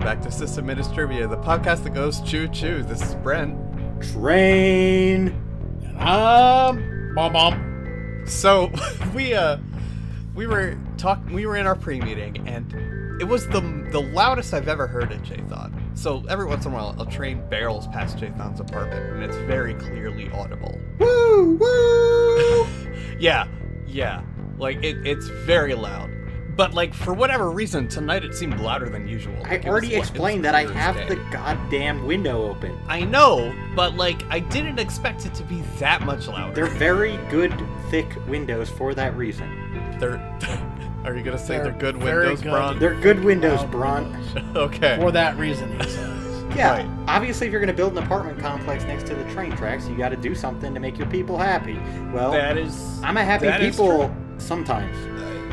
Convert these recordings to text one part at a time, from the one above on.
back to System Minutes Trivia, the podcast that goes choo choo. This is Brent. Train. And I'm Bomb Bomb. So we uh we were talk we were in our pre meeting and it was the the loudest I've ever heard at Jathan. So every once in a while a train barrels past Jathan's apartment and it's very clearly audible. Woo woo. Yeah, yeah. Like it, it's very loud. But like for whatever reason, tonight it seemed louder than usual. I Like, it already was- it was explained that I clear as have day. the goddamn window open. I know, but like I didn't expect it to be that much They're louder. very good thick windows for that reason. They're, are you gonna say they're, They're good very windows, good. Bron? They're good windows, Wow. Bron. okay. For that reason, he says. Yeah, Right. obviously, if you're going to build an apartment complex next to the train tracks, you got to do something to make your people happy. Well, that is. I'm a happy that is people sometimes.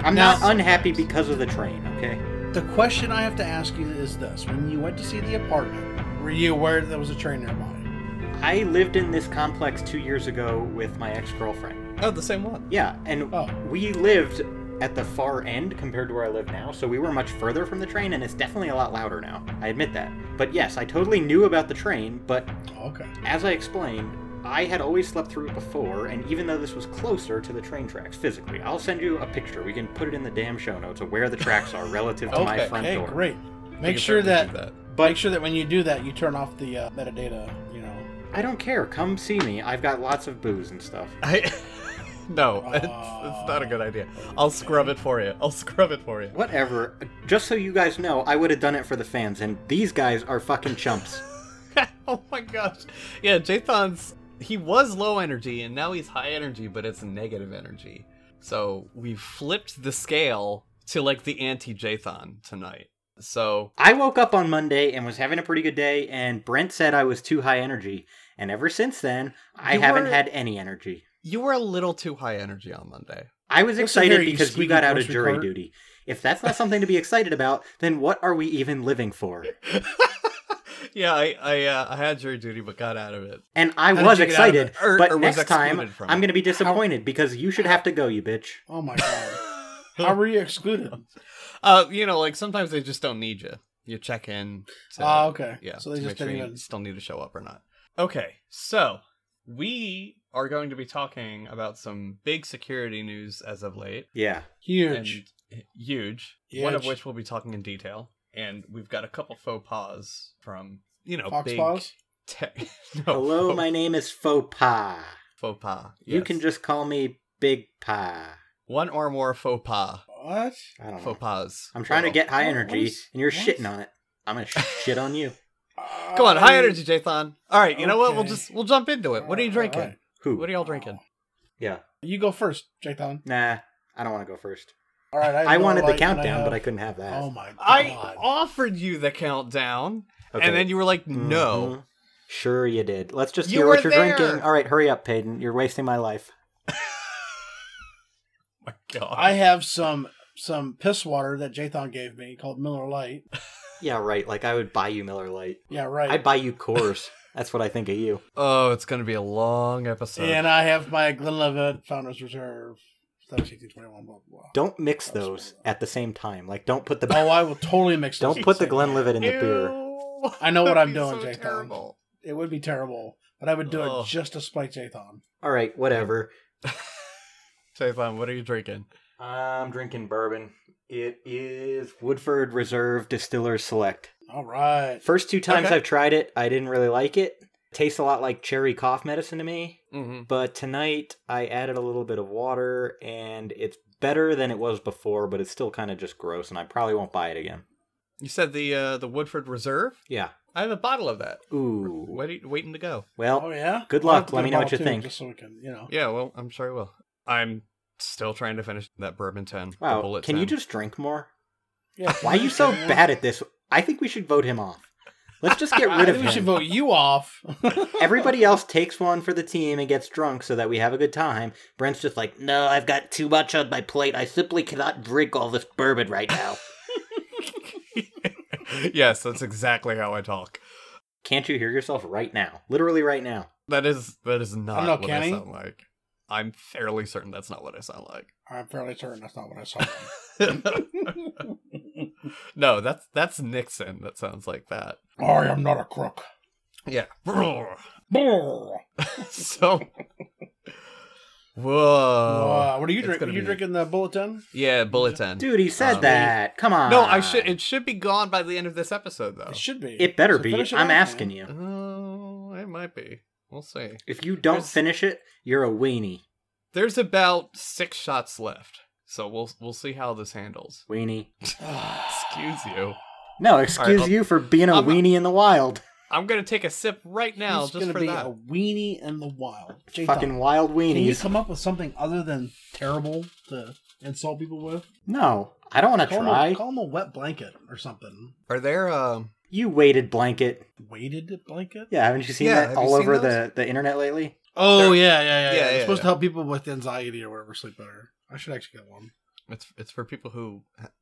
I'm Now- not unhappy because of the train, okay? The question I have to ask you is this: When you went to see the apartment, were you aware that there was a train nearby? I lived in this complex two years ago with my ex girlfriend. Oh, the same one. Yeah, and Oh. we lived at the far end compared to where I live now, so we were much further from the train, and it's definitely a lot louder now. I admit that. But yes, I totally knew about the train, but Okay. As I explained, I had always slept through it before, and even though this was closer to the train tracks physically, I'll send you a picture. We can put it in the damn show notes of where the tracks are relative to my Okay, front Okay, door. great. We Make can sure certainly that, do make sure that when you do that, you turn off the uh, metadata. You know. I don't care. Come see me. I've got lots of booze and stuff. I. no, it's, it's Aw. not a good idea. I'll scrub it for you. I'll scrub it for you. Whatever. Just so you guys know, I would have done it for the fans, and these guys are fucking chumps. oh my gosh. Yeah, Jathan's. He was low energy and now he's high energy, but it's negative energy. So we've flipped the scale to like the anti Jathan tonight. So I woke up on Monday and was having a pretty good day, and Brent said I was too high energy, and ever since then, I You haven't were- had any energy. you were a little too high energy on Monday. I was Listen excited here, you because you squeaky got out of grocery jury cart. duty. If that's not something to be excited about, then what are we even living for? yeah, I I, uh, I had jury duty but got out of it. And I How did was you get out of excited, it? Or- but or was next time excluded from I'm it? going to be disappointed because you should have to go, you bitch. Oh my god. How were you excluded? Uh, you know, like sometimes they just don't need you. You check in. Oh, to- okay. Yeah. So they to just make sure didn't you even. still need to show up or not. Okay, so we are going to be talking about some big security news as of late. Yeah. Huge. And huge, One of Huge. which we'll be talking in detail. And we've got a couple faux pas from you know Fox big paws. te- no, Oh. Hello, faux, my name is Faux Pas. faux pas. You yes. can just call me Big Pa. one or more faux pas. What? I don't know. Faux pas. I'm trying to Well, get high Oh. What- energy, what is- and you're what is- shitting on it. I'm going to shit on you. Come on, high I- energy, Jathan. All right, you know what? We'll Okay. just we'll jump into it. What are you All drinking? right. Who? What are y'all drinking? yeah. You go first, Jake Allen. Nah, I don't want to go first. All right. I, have I no wanted the light, and countdown, but I have- couldn't have that. Oh my god. I offered you the countdown, Okay. and then you were like, "No." Mhm. Sure, you did. Let's just You hear what were you're there. drinking. All right, hurry up, Peyton. You're wasting my life. My God, I have some some piss water that Jathan gave me called Miller Lite. Yeah, right. Like I would buy you Miller Lite. Yeah, right. I buy you Coors. That's what I think of you. oh, it's gonna be a long episode. and I have my Glenlivet Founders Reserve. 1721, blah, blah, blah. Don't mix those at the same time. Like don't put the Oh, I will totally mix. those don't put the at same time. Glenlivet in the beer. Ew. I know what That'd I'm be doing, so Jathan. terrible. It would be terrible, but I would do Ugh. it just to spite Jathan. All right, whatever. Jathan, what are you drinking? I'm drinking bourbon. It is Woodford Reserve Distillers Select. All right. First two times Okay. I've tried it, I didn't really like it. Tastes a lot like cherry cough medicine to me. Mm-hmm. but tonight I added a little bit of water and it's better than it was before, but it's still kind of just gross and I probably won't buy it again. You said the uh, the Woodford Reserve. Yeah. I have a bottle of that, Ooh. waiting waiting to go. Oh Well, yeah. good I'll luck. have to Let get me a know what you bottle too, think. Just so we can, you know. Yeah, well, I'm sure I will. I'm still trying to finish that bourbon ten. the Wow. bullet Can you 10. just drink more? Yeah. Why are you so bad at this? I think we should vote him off. Let's just get I rid of think we should him. vote you off. Everybody else takes one for the team and gets drunk so that we have a good time. Brent's just like, no, I've got too much on my plate. I simply cannot drink all this bourbon right now. yes, that's exactly how I talk. Can't you hear yourself right now? Literally right now. That is that is not know, what Oh, can I he? sound like. I'm fairly certain that's not what I sound like. I'm fairly certain that's not what I saw. No, that's that's Nixon. That sounds like that. I am not a crook. Yeah. Brrr. Brrr. so. Whoa. Uh, what are you It's drinking? gonna Are you be- drinking the bulletin? Yeah, bulletin. Dude, he said Uh, that. Come on. No, I should. It should be gone by the end of this episode, though. It should be. It better So be. finish it I'm off, asking man. you. Oh, it might be. We'll see. If you don't There's- finish it, you're a weenie. There's about six shots left, so we'll we'll see how this handles. Weenie. Excuse you. No, excuse well, you for being a I'm- weenie in the wild. I'm gonna take a sip right now He's just gonna for be that. a weenie in the wild. Jay Fucking Thumb, wild Can you weenies. come up with something other than terrible to insult people with? No, I don't want to Call them, try. a, call them a wet blanket or something. Are there um? You weighted blanket. Weighted blanket? Yeah, haven't you seen Yeah, that have all you seen over those? the, the internet lately? Oh yeah, yeah, yeah. Yeah, yeah, yeah, it's supposed yeah. to help people with anxiety or whatever sleep better. I should actually get one. It's it's for people who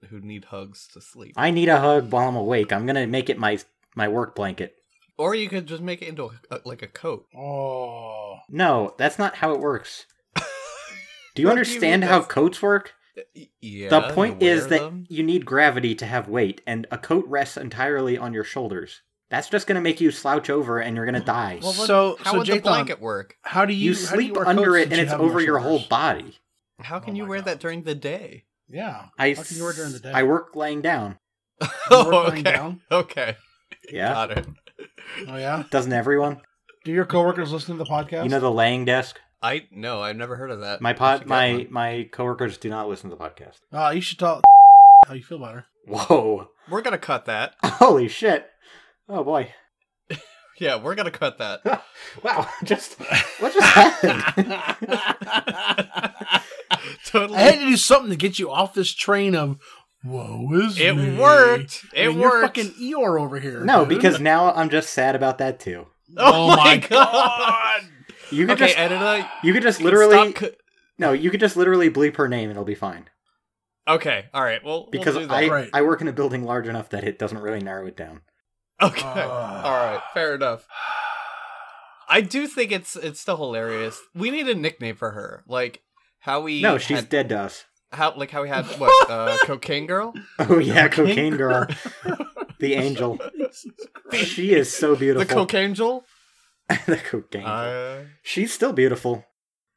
who need hugs to sleep. I need a hug while I'm awake. I'm gonna make it my my work blanket. Or you could just make it into a, like a coat. Oh, No, that's not how it works. Do you What do you understand mean how that's- coats work? Y- Yeah. the point you is wear that them. you need gravity to have weight, and a coat rests entirely on your shoulders. That's just gonna make you slouch over, and you're gonna die. Well, then So- how so would the Jathan- blanket work? how do you, you, how do sleep wear under coats it, since and you it's have no over your shoulders? whole body. How can Oh you my wear God. that during the day? Yeah. I How can you wear during the s- day? I work laying down. You work lying Oh, okay. down? Okay. Yeah, Got it. Oh yeah. doesn't everyone? Do your coworkers listen to the podcast? You know the laying desk. I no, I've never heard of that. My I should pod, get my one. my coworkers do not listen to the podcast. Uh, you should tell how you feel about her. Whoa! We're gonna cut that. Holy shit! Oh boy! Yeah, we're gonna cut that. Wow! Just what just happened? totally. I had to do something to get you off this train of whoa is it me." worked. I It mean, You're worked. fucking Eeyore over here. no, dude. because now I'm just sad about that too. Oh, my god. You could Okay, just editor. you could just literally Stop cu- no, you could just literally bleep her name and it'll be fine okay. All right. Well, we'll because do that. I Right. I work in a building large enough that it doesn't really narrow it down. Okay. Ah. All right. Fair enough. I do think it's it's still hilarious. We need a nickname for her, like how we No, she's had- dead to us. how like how we had what uh, cocaine girl. Oh yeah, cocaine girl, the angel. She is so The beautiful. cocaine jewel. the cocaine. girl. Uh, She's still beautiful.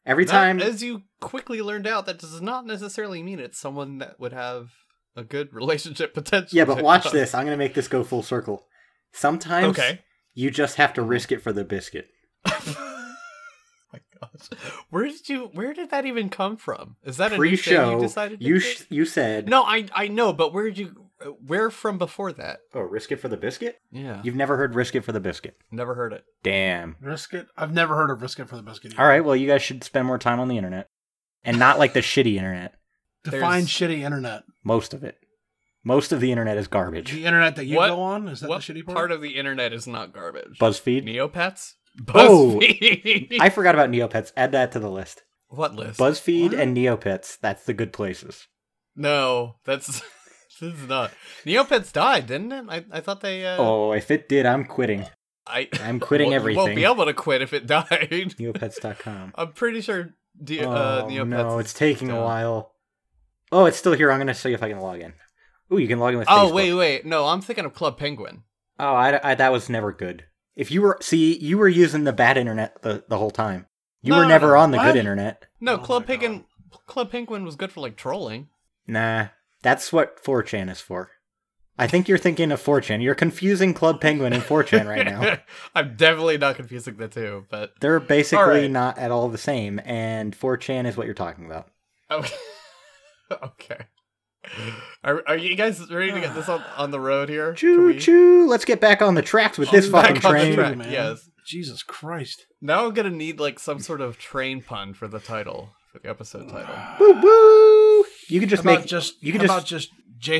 Every Now, time as you quickly learned out, that does not necessarily mean it's someone that would have a good relationship potential. Yeah, but watch this. I'm going to make this go full circle. Sometimes Okay. you just have to risk it for the biscuit. Oh my gosh, where did you? Where did that even come from? Is that a new thing Pre-show, you you decided? to you, do? sh- you said, no, I I know, but where did you? Where from before that? "Oh, risk it for the biscuit." Yeah, You've never heard "risk it for the biscuit." never heard it. Damn. brisket. I've never heard of brisket for the biscuit. All right. Well, you guys should spend more time on the internet, and not like the shitty internet. Define There's- shitty internet. Most of it. Most of the internet is garbage. The internet that you What- go on is that What the shitty part? part of the internet is not garbage? BuzzFeed. Neopets. Oh. BuzzFeed. I forgot about Neopets. Add that to the list. what list? BuzzFeed What? and Neopets. That's the good places. No, that's this is not. Neopets died, didn't it? I, I thought they. Uh, Oh, if it did, I'm quitting. I I'm quitting Well, You everything. won't be able to quit if it died. Neopets.com. I'm pretty sure. De- uh, oh, Neopets no, is it's taking a down. while. Oh, it's still here. I'm gonna show you if I can log in. Ooh, you can log in with. Oh Facebook. wait, wait, no, I'm thinking of Club Penguin. Oh, I, I- that was never good. If you were see, you were using the bad internet the, the whole time. You No, were never no, on the what? good internet. No, Oh Club my God. Penguin. Club Penguin was good for like trolling. Nah, that's what 4chan is for. I think you're thinking of 4chan. You're confusing Club Penguin and 4chan right now. I'm definitely not confusing the two, but They're basically right. not at all the same, and 4chan is what you're talking about. okay. okay. Are, are you guys ready to get this on, on the road here? Can Choo we- choo! Let's get back on the tracks with this On back fucking on the train. track. yes. Jesus Christ. Now I'm gonna need like some sort of train pun for the title for the episode title. Woo woo! You could just Just about make just you you could can just- about just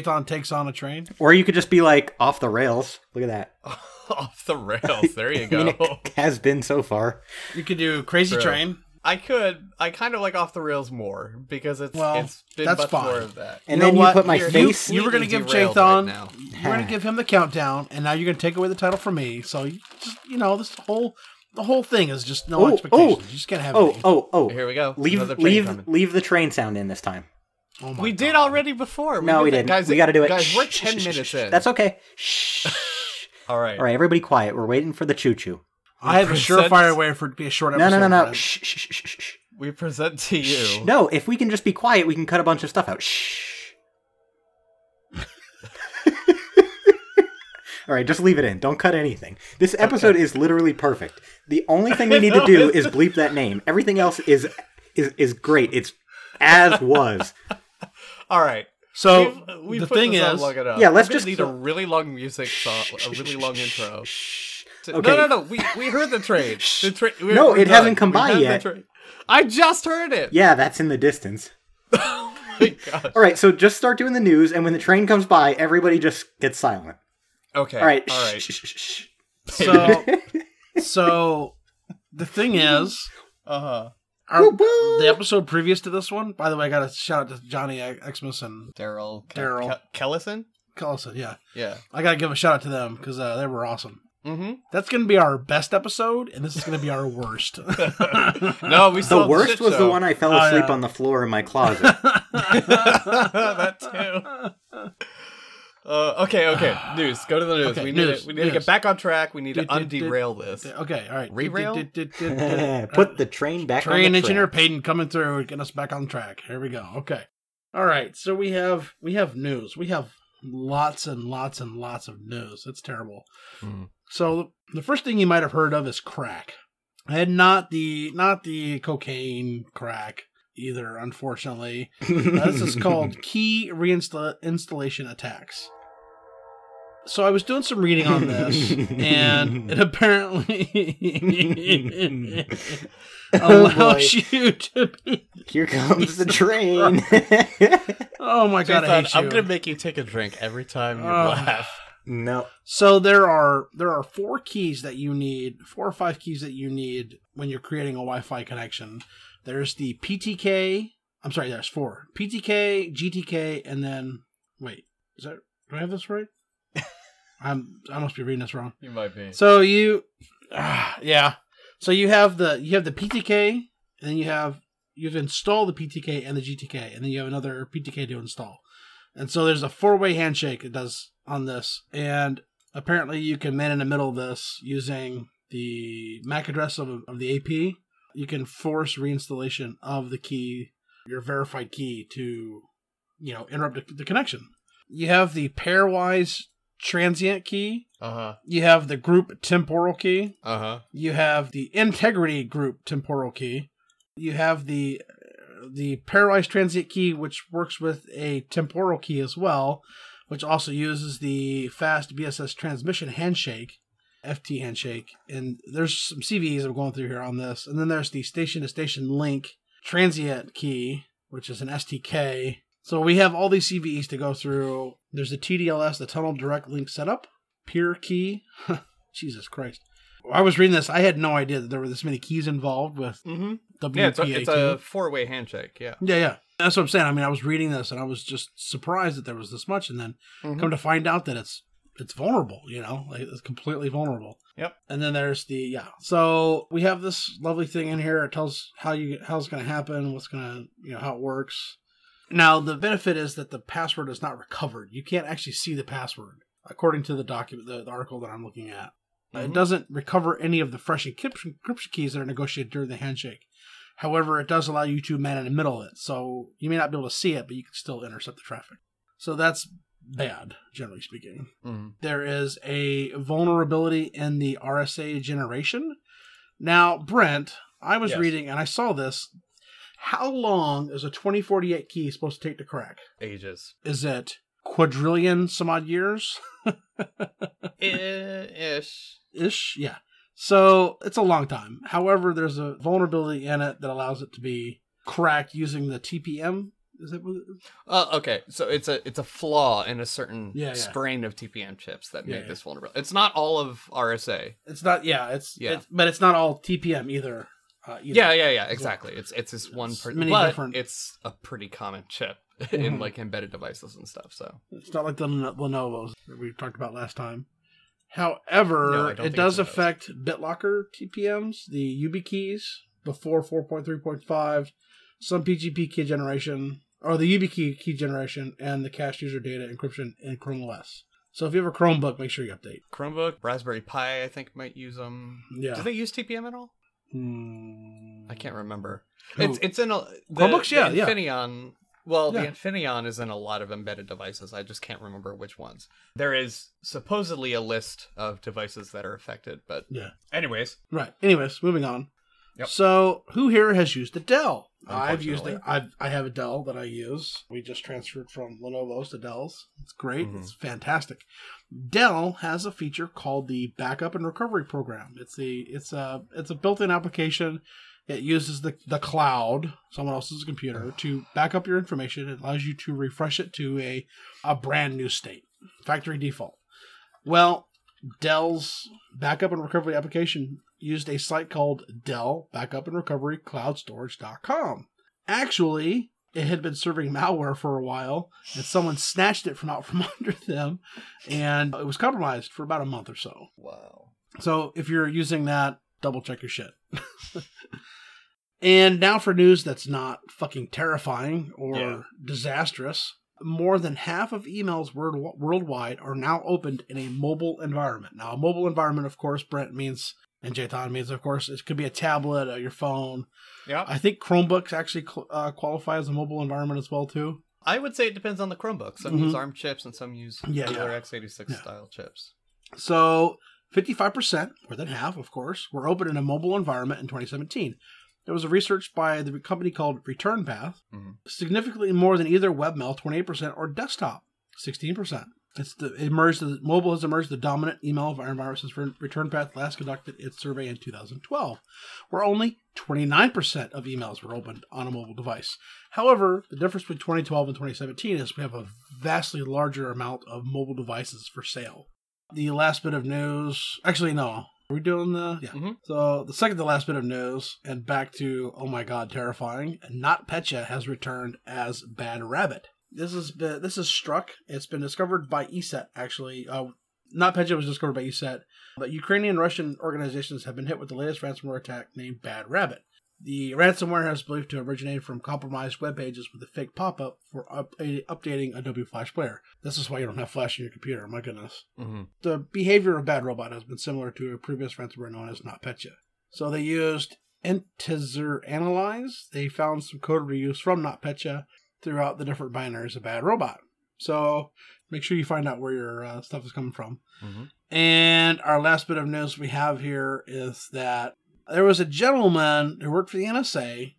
Jathan takes on a train. Or you could just be like off the rails. Look at that. Oh, Off the rails. There you I mean, go. it has been so far. You could do crazy True. train. I could. I kind of like off the rails more because it's Well, it's been that's much fine. more of that. And know then you what? put my You're- You, face. Completely you were gonna give derailed right Jathan. now. you were gonna give him the countdown, and now you're gonna take away the title from me. So you just you know this whole the whole thing is just no Oh, expectations. oh. you just can't have oh, any. oh, oh. Here we go. Leave, Another train leave, coming. leave the train sound in this time. Oh my we God. did already before. No, we that. didn't. Guys, we got to do it. Guys, we're Shh, shh, ten shh, shh, minutes shh. in. That's okay. Shh. all right. All right, everybody, quiet. We're waiting for the choo choo. I have a Presents- surefire way for it to be a short No, episode. no, no, no. guys. Shh, shh, shh, shh, shh. We present to Shh. you. No, if we can just be quiet, we can cut a bunch of stuff out. Shh. All right, just leave it in. Don't cut anything. This episode is literally perfect. The only thing we need to know, do is isn't bleep that name. Everything else is is is great. It's as was. All right. So We've- uh, we the put thing this on is, long enough. Yeah, let's We're gonna just- need a really long music song, a really long intro. Okay. No, no, no. We we heard the train. The tra- we're- No, we're it hasn't done. come We by heard the yet. train. I just heard it. Yeah, that's in the distance. Oh my god. All right, so just start doing the news, and when the train comes by, everybody just gets silent. Okay. All right. All right. Shh, shh, shh, shh. so so the thing is, Uh Uh-huh. huh. our, Woo, woo. the episode previous to this one. By the way, I got to shout out to Johnny Xmas and Daryl. Ke- Daryl. Ke- Kellison. Collison. Yeah, Yeah. I got to give a shout out to them because uh, they were awesome. Mm-hmm. That's going to be our best episode, and this is going to be our worst. No, we still The worst was the one I fell uh, Oh, asleep yeah. on the floor in my closet. that too. Uh, okay, okay. News. Go to the news. Okay, we need news, to, we need to news. get back on track. We need to Did- did- did- underail this. okay, all right. Rerail? Did- did- did- did- did- Put the train back on train the engineer track. Payton coming through and getting us back on track. Here we go. Okay. All right. So we have we have news. We have lots and lots and lots of news. It's terrible. Hmm. So the first thing you might have heard of is crack, and not the not the cocaine crack either. Unfortunately, Uh, this is called key reinstallation installation attacks. So I was doing some reading on this, and it apparently Oh, allows boy. you to be. Here comes the train. Oh my god, I hate Jason, I'm you. gonna make you take a drink every time you Ugh. laugh. no. So there are there are four keys that you need, four or five keys that you need when you're creating a Wi-Fi connection. There's the PTK. I'm sorry, there's four PTK, GTK, and then wait, is that do I have this right? I'm I must be reading this wrong. You might be. So you, ah, yeah. So you have the you have the PTK, and then you have you have to install the PTK and the GTK, and then you have another PTK to install. And so there's a four way handshake it does on this, and apparently you can man in the middle of this using the MAC address of, of the AP. You can force reinstallation of the key, your verified key, to you know interrupt the, the connection. You have the pairwise transient key, Uh huh. you have the group temporal key. Uh huh. You have the integrity group temporal key. You have the the paralyzed transit key, which works with a temporal key as well, which also uses the fast BSS transmission handshake, FT handshake. And there's some CVEs I'm going through here on this. And then there's the station to station link transient key, which is an STK. So we have all these CVEs to go through. There's the TDLS, the tunnel direct link setup, peer key. Jesus Christ. I was reading this. I had no idea that there were this many keys involved with Mm-hmm. WPA2. Yeah, it's a, it's a four-way handshake. Yeah. Yeah, yeah. That's what I'm saying. I mean, I was reading this and I was just surprised that there was this much, and then Mhm. come to find out that it's it's vulnerable. You know, like it's completely vulnerable. Yep. And then there's the yeah. So we have this lovely thing in here. It tells how you how it's going to happen, what's going to you know how it works. Now the benefit is that the password is not recovered. You can't actually see the password according to the document, the, the article that I'm looking at. It Mhm. doesn't recover any of the fresh encryption, encryption keys that are negotiated during the handshake. However, it does allow you to man in the middle of it, so you may not be able to see it, but you can still intercept the traffic. So that's bad, generally speaking. Mhm. There is a vulnerability in the RSA generation. Now, Brent, I was Yes. reading and I saw this. How long is a 2048 key supposed to take to crack? Ages. Is it quadrillion some odd years? Eh, Ish. ish. Yeah. So it's a long time. However, there's a vulnerability in it that allows it to be cracked using the TPM. Is that what? Oh, okay. So it's a it's a flaw in a certain Yeah, yeah. strain of TPM chips that Yeah, made yeah. this vulnerable. It's not all of RSA. It's not. Yeah. It's. Yeah. It's, but it's not all TPM either. Uh, either. Yeah, yeah, yeah. Exactly. It's it's this one It's per- many but different- Mm-hmm. It's a pretty common chip in Mhm. like embedded devices and stuff. So It's not like the Leno- Lenovo's that we talked about last time. However, No, I don't it think does it's Lenovo's. affect BitLocker TPMs, the UBI keys before 4.3.5, some PGP key generation, or the YubiKey key generation and the cached user data encryption in Chrome OS. So if you have a Chromebook, make sure you update. Chromebook, Raspberry Pi, I think might use them. Yeah. Do they use TPM at all? Hmm. I can't remember. Who? It's it's in a the, Chromebooks? Yeah, the yeah. Infineon. Well, the Yeah. Infineon is in a lot of embedded devices. I just can't remember which ones. There is supposedly a list of devices that are affected, but Yeah. anyways, Right. Anyways, moving on. Yep. So, who here has used a Dell? I've used Unfortunately. it. I've, I have a Dell that I use. We just transferred from Lenovo's to Dell's. It's great. Mhm. It's fantastic. Dell has a feature called the Backup and Recovery Program. It's the it's a it's a built-in application. It uses the the cloud, someone else's computer, to back up your information. It allows you to refresh it to a a brand new state, factory default. Well, Dell's backup and recovery application used a site called Dell Backup and Recovery CloudStorage.com. Actually, it had been serving malware for a while, and someone snatched it from out from under them, and it was compromised for about a month or so. wow. So if you're using that, double check your shit. and now for news that's not fucking terrifying or Yeah. disastrous. More than half of emails world- worldwide are now opened in a mobile environment. Now, a mobile environment, of course, Brent means, and Jayton means, of course, it could be a tablet or your phone. Yeah, I think Chromebooks actually cl- uh, qualify as a mobile environment as well, too. I would say it depends on the Chromebook. Some use Mhm. ARM chips and some use Yeah, regular yeah. x86 Yeah. style chips. So, 55%, more than half, of course, were open in a mobile environment in 2017. There was a research by the company called Return Path, Mhm. significantly more than either webmail, 28%, or desktop, 16%. It's the it emerged the mobile has emerged the dominant email environment since Return Path last conducted its survey in 2012, where only 29% of emails were opened on a mobile device. However, the difference between 2012 and 2017 is we have a vastly larger amount of mobile devices for sale the last bit of news. Actually, no. Are we doing the yeah? Mhm. So the second to last bit of news, and back to oh my god, terrifying. Not Petya has returned as Bad Rabbit. This is the- this is struck. It's been discovered by E ESET actually. Uh, not Petya was discovered by E ESET, but Ukrainian and Russian organizations have been hit with the latest ransomware attack named Bad Rabbit. The ransomware has believed to originate from compromised web pages with a fake pop-up for up- updating Adobe Flash Player. This is why you don't have Flash in your computer. My goodness Mm-hmm. the behavior of Bad Robot has been similar to a previous ransomware known as NotPetya. So they used Intezer Analyze. They found some code reuse from NotPetya throughout the different binaries of Bad Robot. So make sure you find out where your uh, stuff is coming from. Mhm. And our last bit of news we have here is that there was a gentleman who worked for the NSA.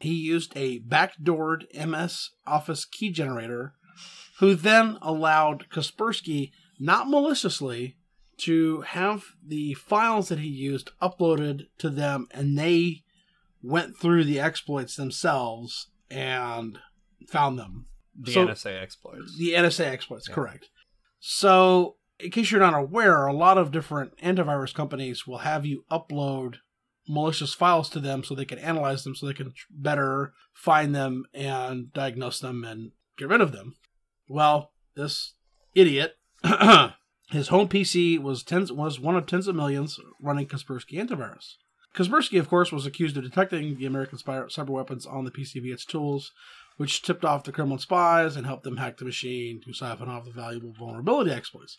He used a backdoored MS Office key generator, who then allowed Kaspersky not maliciously, to have the files that he used uploaded to them, and they went through the exploits themselves and found them. The So- NSA exploits. The NSA exploits, Yeah. correct. So, in case you're not aware, a lot of different antivirus companies will have you upload malicious files to them so they can analyze them, so they can tr- better find them and diagnose them and get rid of them. Well, this idiot, his home PC was tens was one of tens of millions running Kaspersky antivirus. Kaspersky, of course, was accused of detecting the American spy- cyber weapons on the PC via its tools, which tipped off the Kremlin spies and helped them hack the machine to siphon off the valuable vulnerability exploits.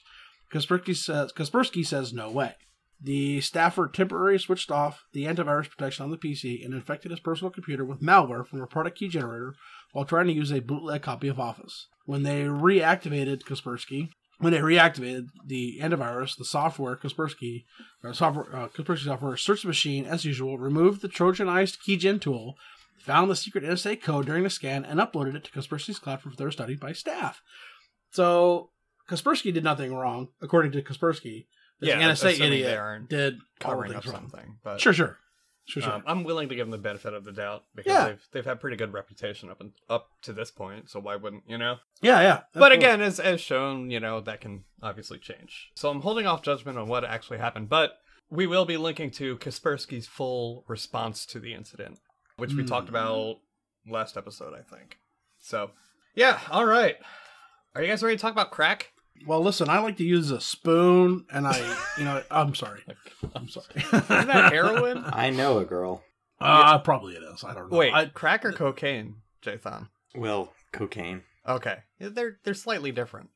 Kaspersky says, Kaspersky says no way. The staffer temporarily switched off the antivirus protection on the PC and infected his personal computer with malware from a product key generator while trying to use a bootleg copy of Office. When they reactivated Kaspersky, when they reactivated the antivirus, the software Kaspersky, or software uh, Kaspersky software searched the machine as usual, removed the Trojanized keygen tool, found the secret NSA code during the scan, and uploaded it to Kaspersky's cloud for further study by staff. So Kaspersky did nothing wrong, according to Kaspersky. This yeah, NSA assuming idiot They aren't did all the covering up things wrong. something. But Sure, sure, sure, sure. Um, I'm willing to give them the benefit of the doubt because Yeah. they've they've had pretty good reputation up and, up to this point, so why wouldn't you know? yeah, yeah. but Absolutely. again, as as shown, you know that can obviously change. So I'm holding off judgment on what actually happened, but we will be linking to Kaspersky's full response to the incident, which we Hmm. talked about last episode, I think. So yeah, all right. Are you guys ready to talk about crack? Well, listen, I like to use a spoon, and I, you know, I'm sorry. I'm sorry. Isn't Isn't that heroin? I know a girl. Uh, Probably it is. I don't know. Wait, I, crack or cocaine, Jathan? Well, Cocaine. Okay, Yeah, they're they're slightly different.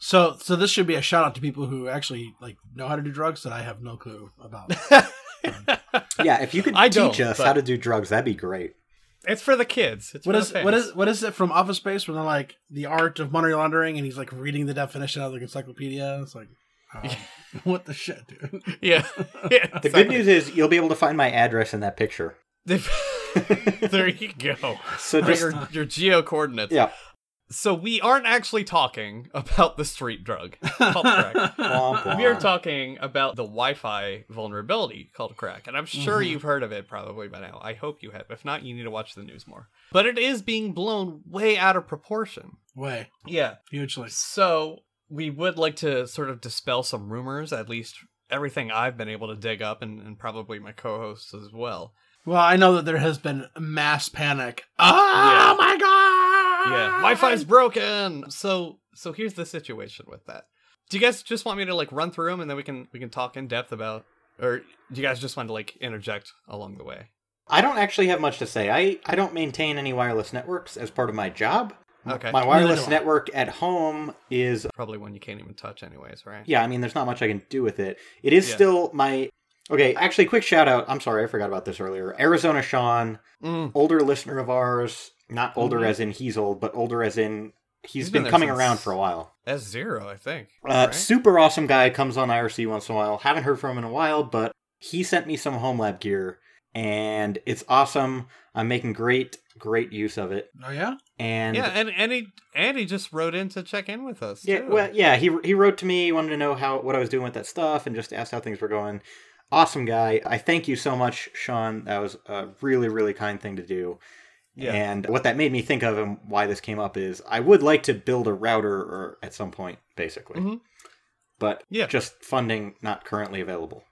So so this should be a shout out to people who actually like know how to do drugs that I have no clue about. Yeah, if you could I don't, teach us but- how to do drugs, that'd be great. it's for the kids. It's What for is the what fans. is what is it from Office Space when they're like the art of money laundering and he's like reading the definition out of the encyclopedia? It's like um, what the shit, dude. Yeah. The good news is you'll be able to find my address in that picture. there you go. So Or just your, your geo coordinates. yeah, So we aren't actually talking about the street drug called crack. Womp we are womp. talking about the Wi-Fi vulnerability called crack, and I'm sure Mhm. you've heard of it probably by now. I hope you have. If not, you need to watch the news more. But it is being blown way out of proportion. Way Yeah. hugely. So we would like to sort of dispel some rumors, at least everything I've been able to dig up, and, and probably my co-hosts as well. Well, I know that there has been mass panic. Yeah. Oh my god! Yeah, Wi-Fi's broken. So so here's the situation with that. Do you guys just want me to like run through them and then we can we can talk in depth about, or do you guys just want to like interject along the way? I don't actually have much to say. I, I don't maintain any wireless networks as part of my job. Okay. My wireless do I. network at home is Probably one you can't even touch, anyways, right? yeah, I mean there's not much I can do with it. It is Yeah. still my Okay, actually quick shout out. I'm sorry, I forgot about this earlier. Arizona Sean, Mm, older listener of ours, not older Mhm. as in he's old, but older as in He's he's been been there coming since- around for a while. that's zero, I think. Uh, right? Super awesome guy comes on IRC once in a while. Haven't heard from him in a while, but he sent me some home lab gear, and it's awesome. I'm making great, great use of it. Oh yeah. And yeah, and and he and he just wrote in to check in with us. yeah, too. well, yeah. He he wrote to me, wanted to know how what I was doing with that stuff, and just asked how things were going. Awesome guy. I thank you so much, Sean. That was a really, really kind thing to do. yeah. And what that made me think of and why this came up is I would like to build a router or at some point, basically. Mhm. But Yeah. just funding not currently available.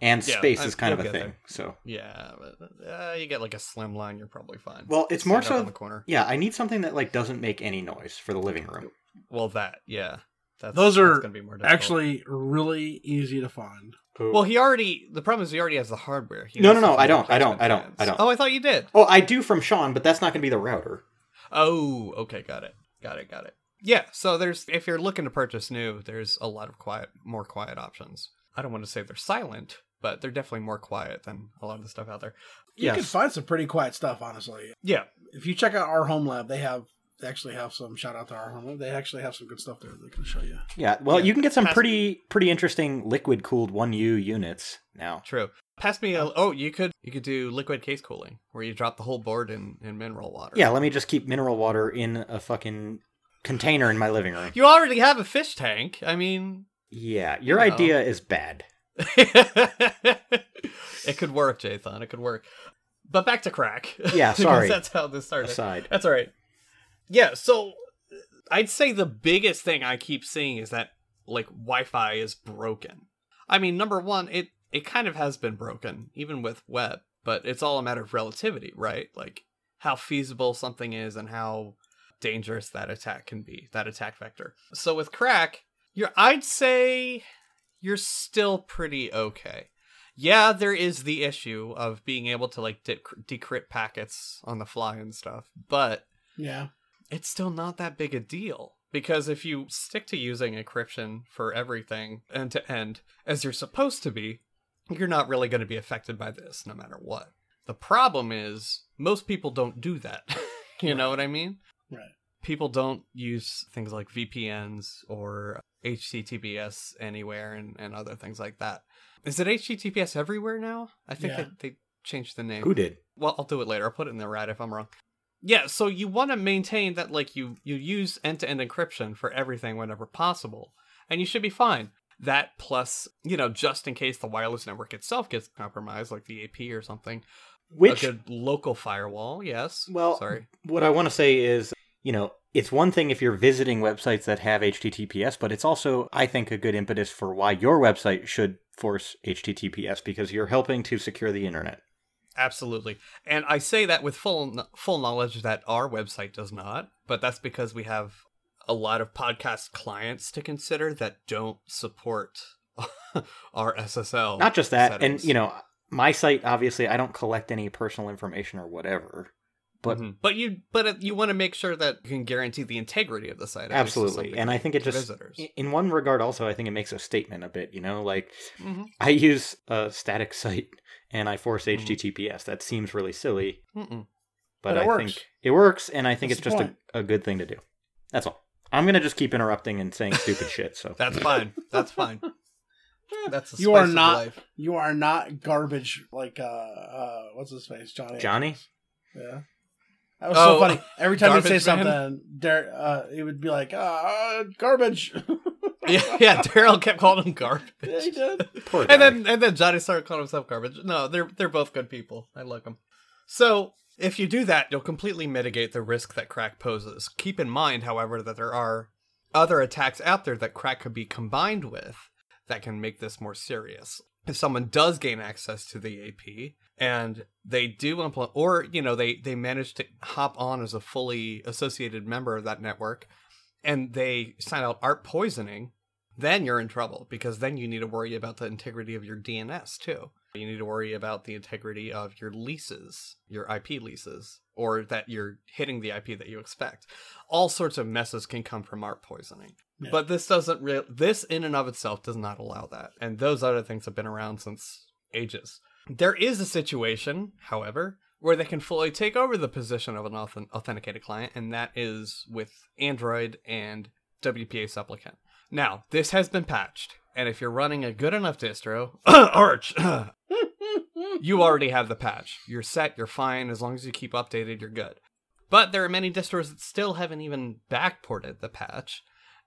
And Yeah, space I- is kind of you'll a get thing. So Yeah, but uh, you get like a slim line, you're probably fine. Well, it's Stand more up so- on the corner. yeah, I need something that like doesn't make any noise for the living room. Well, that yeah, that's, Those that's are gonna be more difficult. Actually, really easy to find. Well, he already. The problem is he already has the hardware. He No, has no, no, the I don't, I replacement don't, I don't, I fans. don't. Oh, I thought you did. Oh, I do from Sean, but that's not gonna be the router. Oh, okay, got it, got it, got it. Yeah. So there's if you're looking to purchase new, there's a lot of quiet, more quiet options. I don't want to say they're silent, but they're definitely more quiet than a lot of the stuff out there. You Yes. can find some pretty quiet stuff, honestly. Yeah. If you check out our home lab, they have they actually have some shout out to our home lab. They actually have some good stuff there they can show you. Yeah. Well Yeah, you can get some has- pretty pretty interesting liquid cooled one U units now. True. Pass me a. Oh, you could you could do liquid case cooling where you drop the whole board in in mineral water. Yeah, let me just keep mineral water in a fucking container in my living room. You already have a fish tank. I mean, Yeah, your You know. idea is bad. it could work, Jathan. It could work. But back to crack. Yeah, Because Uh, sorry. that's how this started. Aside. That's all right. Yeah, so uh, I'd say the biggest thing I keep seeing is that like Wi-Fi is broken. I mean, number one, it it kind of has been broken even with web, but it's all a matter of relativity, right? Like how feasible something is and how dangerous that attack can be, that attack vector. So with crack, you're I'd say you're still pretty okay. Yeah, there is the issue of being able to like dec decrypt packets on the fly and stuff, but Yeah. it's still not that big a deal because if you stick to using encryption for everything end to end as you're supposed to be, you're not really going to be affected by this no matter what. The problem is most people don't do that. you know what I mean? Right. People don't use things like VPNs or HTTPS anywhere and, and other things like that. Is it HTTPS everywhere now? I think Yeah. that they changed the name Who did? well i'll do it later i'll put it in the rat if i'm wrong yeah so you want to maintain that like you you use end-to-end encryption for everything whenever possible and you should be fine that plus you know just in case the wireless network itself gets compromised like the ap or something Which a good local firewall yes Well, sorry what I want to say is, you know, it's one thing if you're visiting websites that have HTTPS, but it's also, I think, a good impetus for why your website should force HTTPS because you're helping to secure the internet. absolutely and i say that with full kn- full knowledge that our website does not but that's because we have a lot of podcast clients to consider that don't support our ssl Not just that, Oh, settings. and you know, my site obviously I don't collect any personal information or whatever, But Mhm. but you but uh, you want to make sure that you can guarantee the integrity of the site. at least to some absolutely, and I degree think it to just visitors. i- in one regard also I think it makes a statement a bit. You know, like Mhm. I use a static site and I force Mhm. HTTPS. That seems really silly, Mm-mm. but, But it I works. think it works, and I think That's it's the just a, point. a good thing to do. That's all. I'm gonna just keep interrupting and saying stupid shit. So That's fine. That's fine. That's the You are spice of not- life. You are not garbage like uh, uh what's his face Johnny. Johnny, Yeah. That was Oh, so funny. Every time he'd say garbage man? something, Derek, uh, he would be like, uh, garbage. Yeah, yeah. Daryl kept calling him garbage. Yeah, he did. poor guy. and then and then Johnny started calling himself garbage. No, they're they're both good people. I like them. So if you do that, you'll completely mitigate the risk that crack poses. Keep in mind, however, that there are other attacks out there that crack could be combined with that can make this more serious. If someone does gain access to the AP and they do implement, or you know, they they manage to hop on as a fully associated member of that network, and they sign out art poisoning, then you're in trouble because then you need to worry about the integrity of your DNS too. You need to worry about the integrity of your leases, your IP leases, or that you're hitting the IP that you expect. All sorts of messes can come from art poisoning. Yeah. But this doesn't real this in and of itself does not allow that. And those other things have been around since ages. There is a situation, however, where they can fully take over the position of an auth- authenticated client, and that is with Android and WPA supplicant. Now, this has been patched, and if you're running a good enough distro, Arch, you already have the patch. You're set, you're fine, as long as you keep updated, you're good. But there are many distros that still haven't even backported the patch.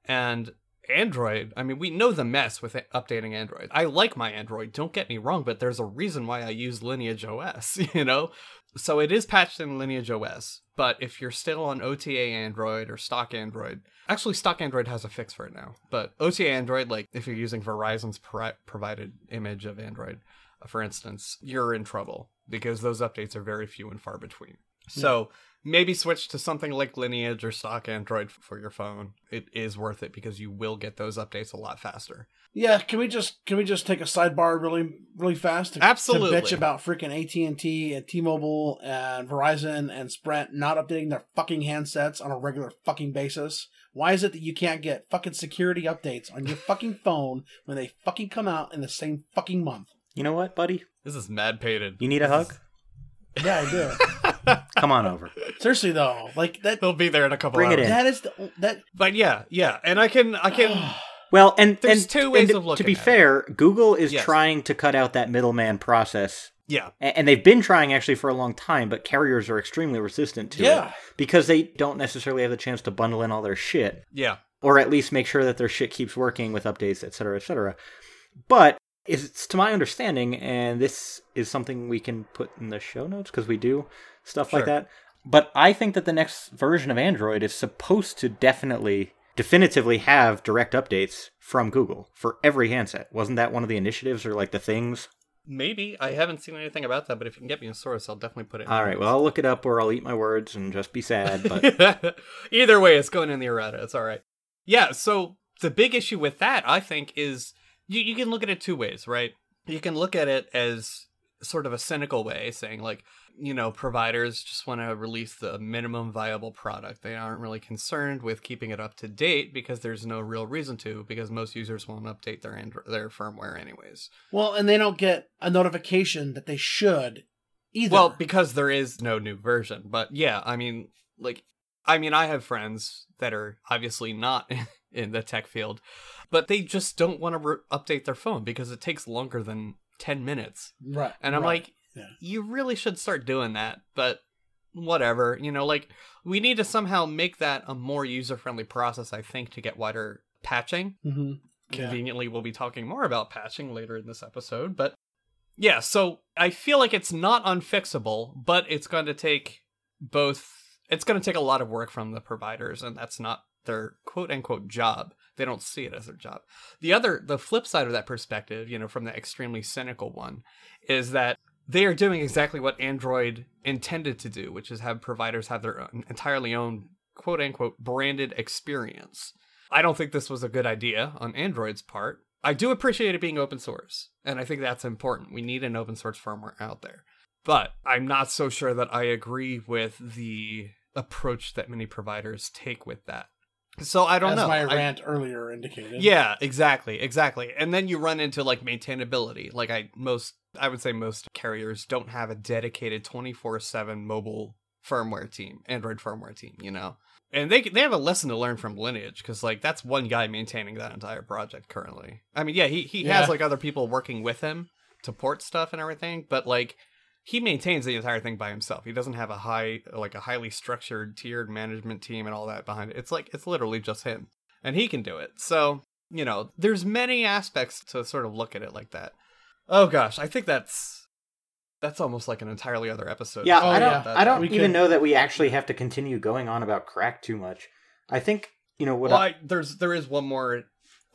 And Android, I mean, we know the mess with updating Android. I like my Android, don't get me wrong, but there's a reason why I use Lineage OS, you know? So it is patched in Lineage OS, but if you're still on OTA Android or stock Android, actually, stock Android has a fix for it now, but OTA Android, like if you're using Verizon's pro- provided image of Android, uh, for instance, you're in trouble because those updates are very few and far between. So maybe switch to something like Lineage or stock Android f- for your phone. It is worth it because you will get those updates a lot faster. yeah, can we just can we just take a sidebar really really fast? To, Absolutely. To bitch about freaking AT and T and T-Mobile and Verizon and Sprint not updating their fucking handsets on a regular fucking basis. Why is it that you can't get fucking security updates on your fucking phone when they fucking come out in the same fucking month? you know what, buddy? This is mad pated. You need a hug? Yeah, I do. Come on over. Seriously though, like that. They'll be there in a couple Bring it hours. in. That is the that. But yeah, yeah, and I can, I can. Well, and There's and- two and ways to- of looking To be at it. fair, Google is Yes. trying to cut out that middleman process, yeah, a- and they've been trying actually for a long time. But carriers are extremely resistant to Yeah. it because they don't necessarily have the chance to bundle in all their shit, yeah. or at least make sure that their shit keeps working with updates, et cetera, et cetera. But it's to my understanding, and this is something we can put in the show notes because we do stuff like Sure. that. But I think that the next version of Android is supposed to definitely, definitively have direct updates from Google for every handset. Wasn't that one of the initiatives or like the things? Maybe I haven't seen anything about that, but if you can get me a source, I'll definitely put it. in All right, well, I'll look it up or I'll eat my words and just be sad. But Either way, it's going in the errata. It's all right. Yeah. So the big issue with that, I think, is you, you can look at it two ways, right? You can look at it as sort of a cynical way, saying like, you know, providers just want to release the minimum viable product. They aren't really concerned with keeping it up to date because there's no real reason to, because most users won't update their Andro- their firmware anyways. Well, and they don't get a notification that they should either. Well, because there is no new version. But yeah, I mean, like, I mean, I have friends that are obviously not in the tech field, but they just don't want to re- update their phone because it takes longer than 10 minutes. right. And I'm right. like, Yeah. you really should start doing that, but whatever. You know, like, we need to somehow make that a more user friendly process, I think, to get wider patching Mhm. Yeah. conveniently we'll be talking more about patching later in this episode but yeah so i feel like it's not unfixable but it's going to take both it's going to take a lot of work from the providers and that's not their quote unquote job they don't see it as their job the other the flip side of that perspective you know from the extremely cynical one is that they are doing exactly what android intended to do which is have providers have their own, entirely own quote unquote branded experience I don't think this was a good idea on Android's part. I do appreciate it being open source, and I think that's important. We need an open source firmware out there. But I'm not so sure that I agree with the approach that many providers take with that. So I don't as know. my I- rant earlier indicated. yeah, exactly, exactly. And then you run into like maintainability. Like I most I would say most carriers don't have a dedicated 24/7 mobile firmware team, Android firmware team, you know. And they they have a lesson to learn from Lineage cuz like that's one guy maintaining that entire project currently. I mean, yeah, he he Yeah. has like other people working with him to port stuff and everything, but like he maintains the entire thing by himself. He doesn't have a high like a highly structured tiered management team and all that behind it. It's like it's literally just him and he can do it. So, you know, there's many aspects to sort of look at it like that. Oh gosh, I think that's that's almost like an entirely other episode. Yeah, Oh, I don't. yeah. I don't We even could- know that we actually have to continue going on about crack too much. I think you know what. Well, I, there's there is one more,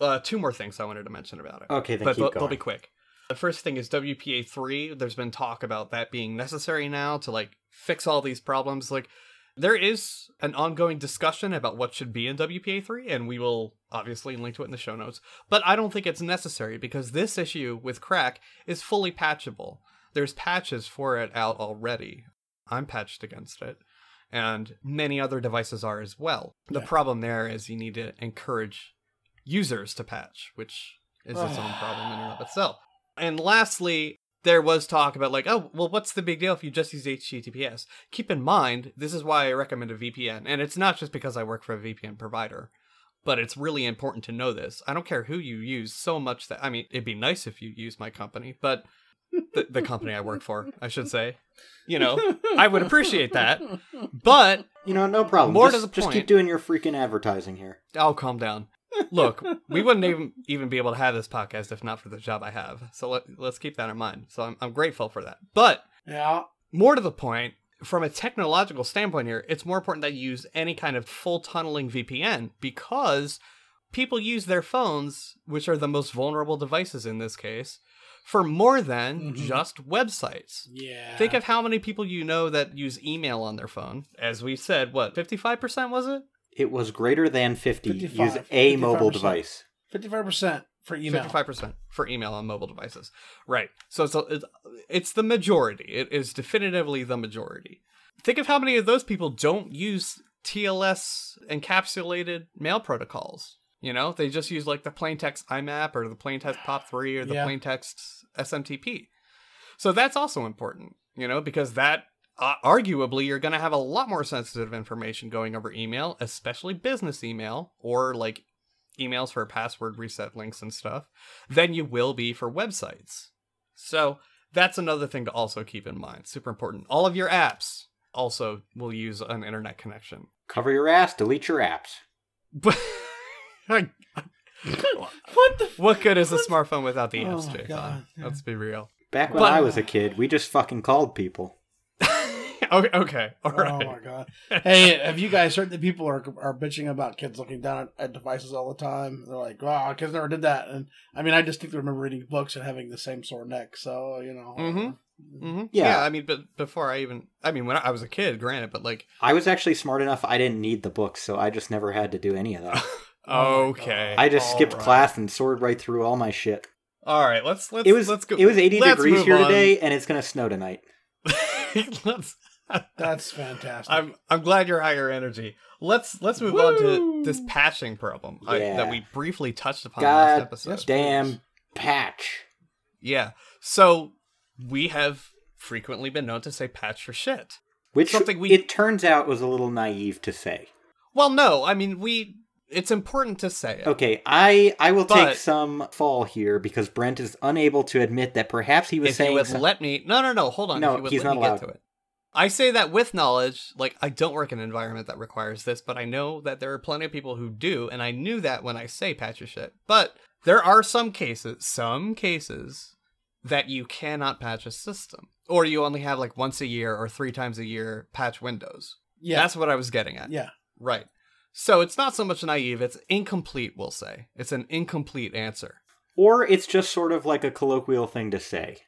uh, two more things I wanted to mention about it. I, okay, then but keep they'll, going. they'll be quick. The first thing is WPA three. There's been talk about that being necessary now to like fix all these problems. Like there is an ongoing discussion about what should be in WPA three, and we will obviously link to it in the show notes. But I don't think it's necessary because this issue with crack is fully patchable. There's patches for it out already. I'm patched against it. And many other devices are as well. The Yeah. problem there is you need to encourage users to patch, which is its own problem in and of itself. And lastly, there was talk about like, oh, well, what's the big deal if you just use HTTPS? Keep in mind, this is why I recommend a VPN, and it's not just because I work for a VPN provider, but it's really important to know this. I don't care who you use so much that I mean, it'd be nice if you use my company, but the, the company I work for, I should say, you know, I would appreciate that. But You know, no problem. More just, to the just keep point. doing your freaking advertising here. I'll calm down. Look, we wouldn't even even be able to have this podcast if not for the job I have. So let, let's keep that in mind. So I'm, I'm grateful for that. But Yeah. more to the point, from a technological standpoint here, it's more important that you use any kind of full tunneling VPN because people use their phones, which are the most vulnerable devices in this case, for more than Mhm. just websites. Yeah. Think of how many people you know that use email on their phone. As we said, what, 55% was it? It was greater than 50. Use 55, a mobile 55%. device. fifty-five percent for email. 55% for email on mobile devices. Right. So it's, it's, it's the majority. It is definitively the majority. Think of how many of those people don't use TLS encapsulated mail protocols. You know, they just use like the plain text IMAP or the plain text POP3 or the Yeah. plain text SMTP. So that's also important, you know, because that uh, arguably you're going to have a lot more sensitive information going over email, especially business email or like emails for password reset links and stuff than you will be for websites. So that's another thing to also keep in mind. Super important. All of your apps also will use an internet connection. Cover your ass. Delete your apps. But What the? f- what good is a smartphone without the Oh apps, my Jake? God, yeah. Let's be real. Back when But- I was a kid, we just fucking called people. okay, okay. All right. Oh my god! Hey, have you guys heard that people are are bitching about kids looking down at, at devices all the time? They're like, "Wow, kids never did that." And I mean, I just think they remember reading books and having the same sore neck. So you know, Mhm. hmm Yeah. yeah, I mean, but before I even, I mean, when I, I was a kid, granted, but like, I was actually smart enough. I didn't need the books, so I just never had to do any of that. Oh my okay, I just all skipped right. class and soared right through all my shit. All right, let's let's It was let's go. it was 80 let's degrees move here on. today, and it's gonna snow tonight. let's that's fantastic. I'm I'm glad you're higher energy. Let's let's move on Woo! to this patching problem I, Yeah. that we briefly touched upon God, last episode. yes. Damn patch. Yeah. So we have frequently been known to say patch for shit. Which Something we- it turns out was a little naive to say. Well, no, I mean we. It's important to say it. Okay, I I will take But- some fall here because Brent is unable to admit that perhaps he was if you saying would some- let me, no, no, no, hold on. No, if you would he's let not me allowed. get to it. I say that with knowledge. Like I don't work in an environment that requires this, but I know that there are plenty of people who do, and I knew that when I say patch your shit. But there are some cases, some cases that you cannot patch a system, or you only have like once a year or three times a year patch windows. yeah, That's what I was getting at. yeah, Right. So it's not so much naive; it's incomplete. We'll say it's an incomplete answer. or it's just sort of like a colloquial thing to say.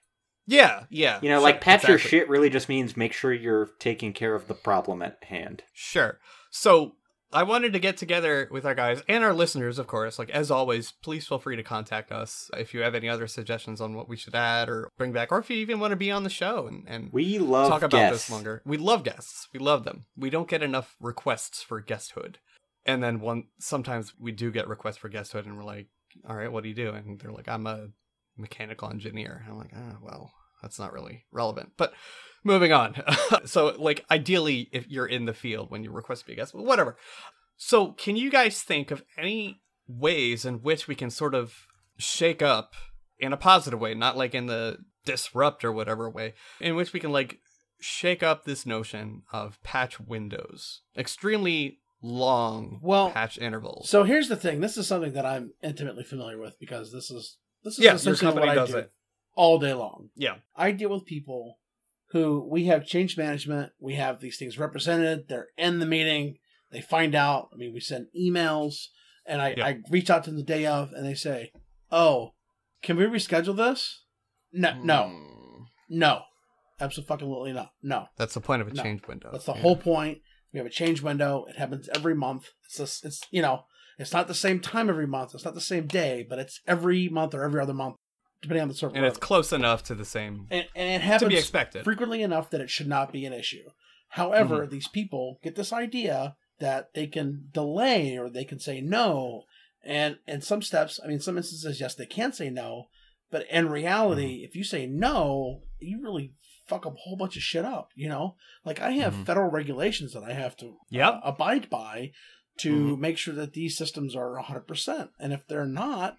Yeah, yeah. You know, sure, like patch your exactly. shit really just means make sure you're taking care of the problem at hand. Sure. So I wanted to get together with our guys and our listeners, of course. Like as always, please feel free to contact us if you have any other suggestions on what we should add or bring back, or if you even want to be on the show and, and We love talk about guests. this longer. We love guests. We love them. We don't get enough requests for guesthood. And then one sometimes we do get requests for guesthood and we're like, All right, what do you do? And they're like, I'm a mechanical engineer. And I'm like, ah, well, that's not really relevant. But moving on. so like ideally if you're in the field when you request to be a guest, but whatever. So can you guys think of any ways in which we can sort of shake up in a positive way, not like in the disrupt or whatever way, in which we can like shake up this notion of patch windows. Extremely long Well, patch intervals. So here's the thing. This is something that I'm intimately familiar with because this is this is Yeah, your essentially company what I does do it. all day long. yeah. I deal with people who we have change management. We have these things represented. They're in the meeting. They find out. I mean, we send emails, and I, Yeah. I reach out to them the day of, and they say, "Oh, can we reschedule this?" No, no, Hmm. no, absolutely not. No, That's the point of a No. change window. that's the Yeah. whole point. We have a change window. It happens every month. It's just, it's you know, it's not the same time every month. It's not the same day, but it's every month or every other month, depending on the server. and it's close enough to the same and, and it to happens be expected. Hmm. frequently enough that it should not be an issue. However, these people get this idea that they can delay or they can say no. And in some steps, I mean, some instances, yes, they can say no. But in Hmm. reality, if you say no, you really fuck up a whole bunch of shit up, you know? Like, I have Mhm. federal regulations that I have to uh, Yep. Hmm. abide by to make sure that these systems are 100%. And if they're not,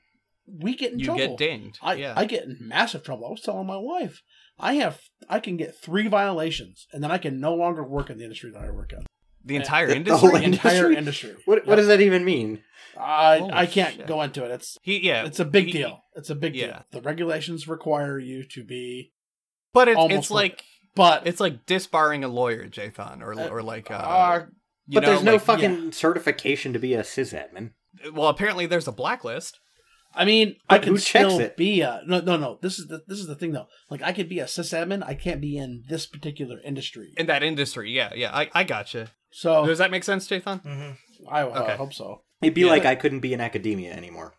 we get in You trouble. get dinged. I, yeah. I get in massive trouble. I was telling my wife, I have I can get three violations, and then I can no longer work in the industry that I work in. the entire The- the industry. whole The entire Industry? industry. What, what does that even mean? I Holy I can't shit. go into it. It's he, yeah. it's a big he- deal. It's a big yeah. deal. The regulations require you to be, But it's, Almost it's like but it's like disbarring a lawyer, Jathan, or or like uh, uh, you But know, there's no like, fucking certification to be a sysadmin. well, apparently there's a blacklist. I mean, But I can who checks still it? be a no, no, no. This is the this is the thing though. Like, I could be a sysadmin. I can't be in this particular industry. in that industry. Yeah, yeah, I, I gotcha. So Does that make sense, Jathan? I, okay. I hope so. It'd be Mm-hmm. Yeah. like I couldn't be in academia anymore.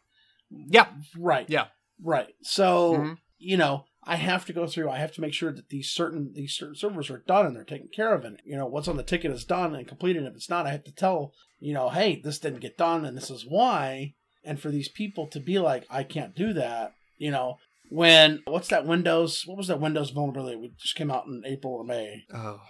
Yeah, Right. Yeah. Right. So. Mhm. you know, I have to go through. I have to make sure that these certain these certain servers are done and they're taken care of, and you know what's on the ticket is done and completed. If it's not, I have to tell you know, hey, this didn't get done, and this is why. And for these people to be like, I can't do that, you know, when what's that Windows? What was that Windows vulnerability? We just came out in April or May. Oh,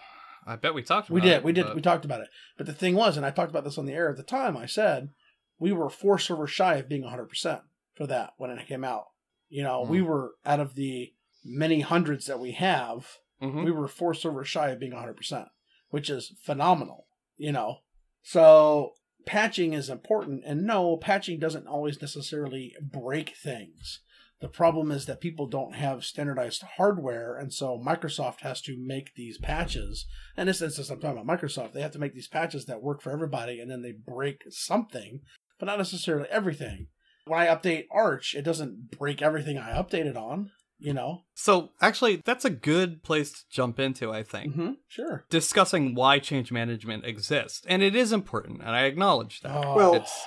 I bet we talked. About We did, it, we did, but- we talked about it. But the thing was, and I talked about this on the air at the time. I said we were four servers shy of being 100 percent for that when it came out. You know, Hmm. we were out of the many hundreds that we have, Mhm. we were four servers shy of being 100 percent, which is phenomenal. You know, so patching is important, and no, patching doesn't always necessarily break things. The problem is that people don't have standardized hardware, and so Microsoft has to make these patches. In this instance, I'm talking about Microsoft. They have to make these patches that work for everybody, and then they break something, but not necessarily everything. When I update Arch, it doesn't break everything I updated on, you know? So actually, that's a good place to jump into. I think Mm-hmm. Sure. discussing why change management exists, and it is important, and I acknowledge that. Oh, Well- it's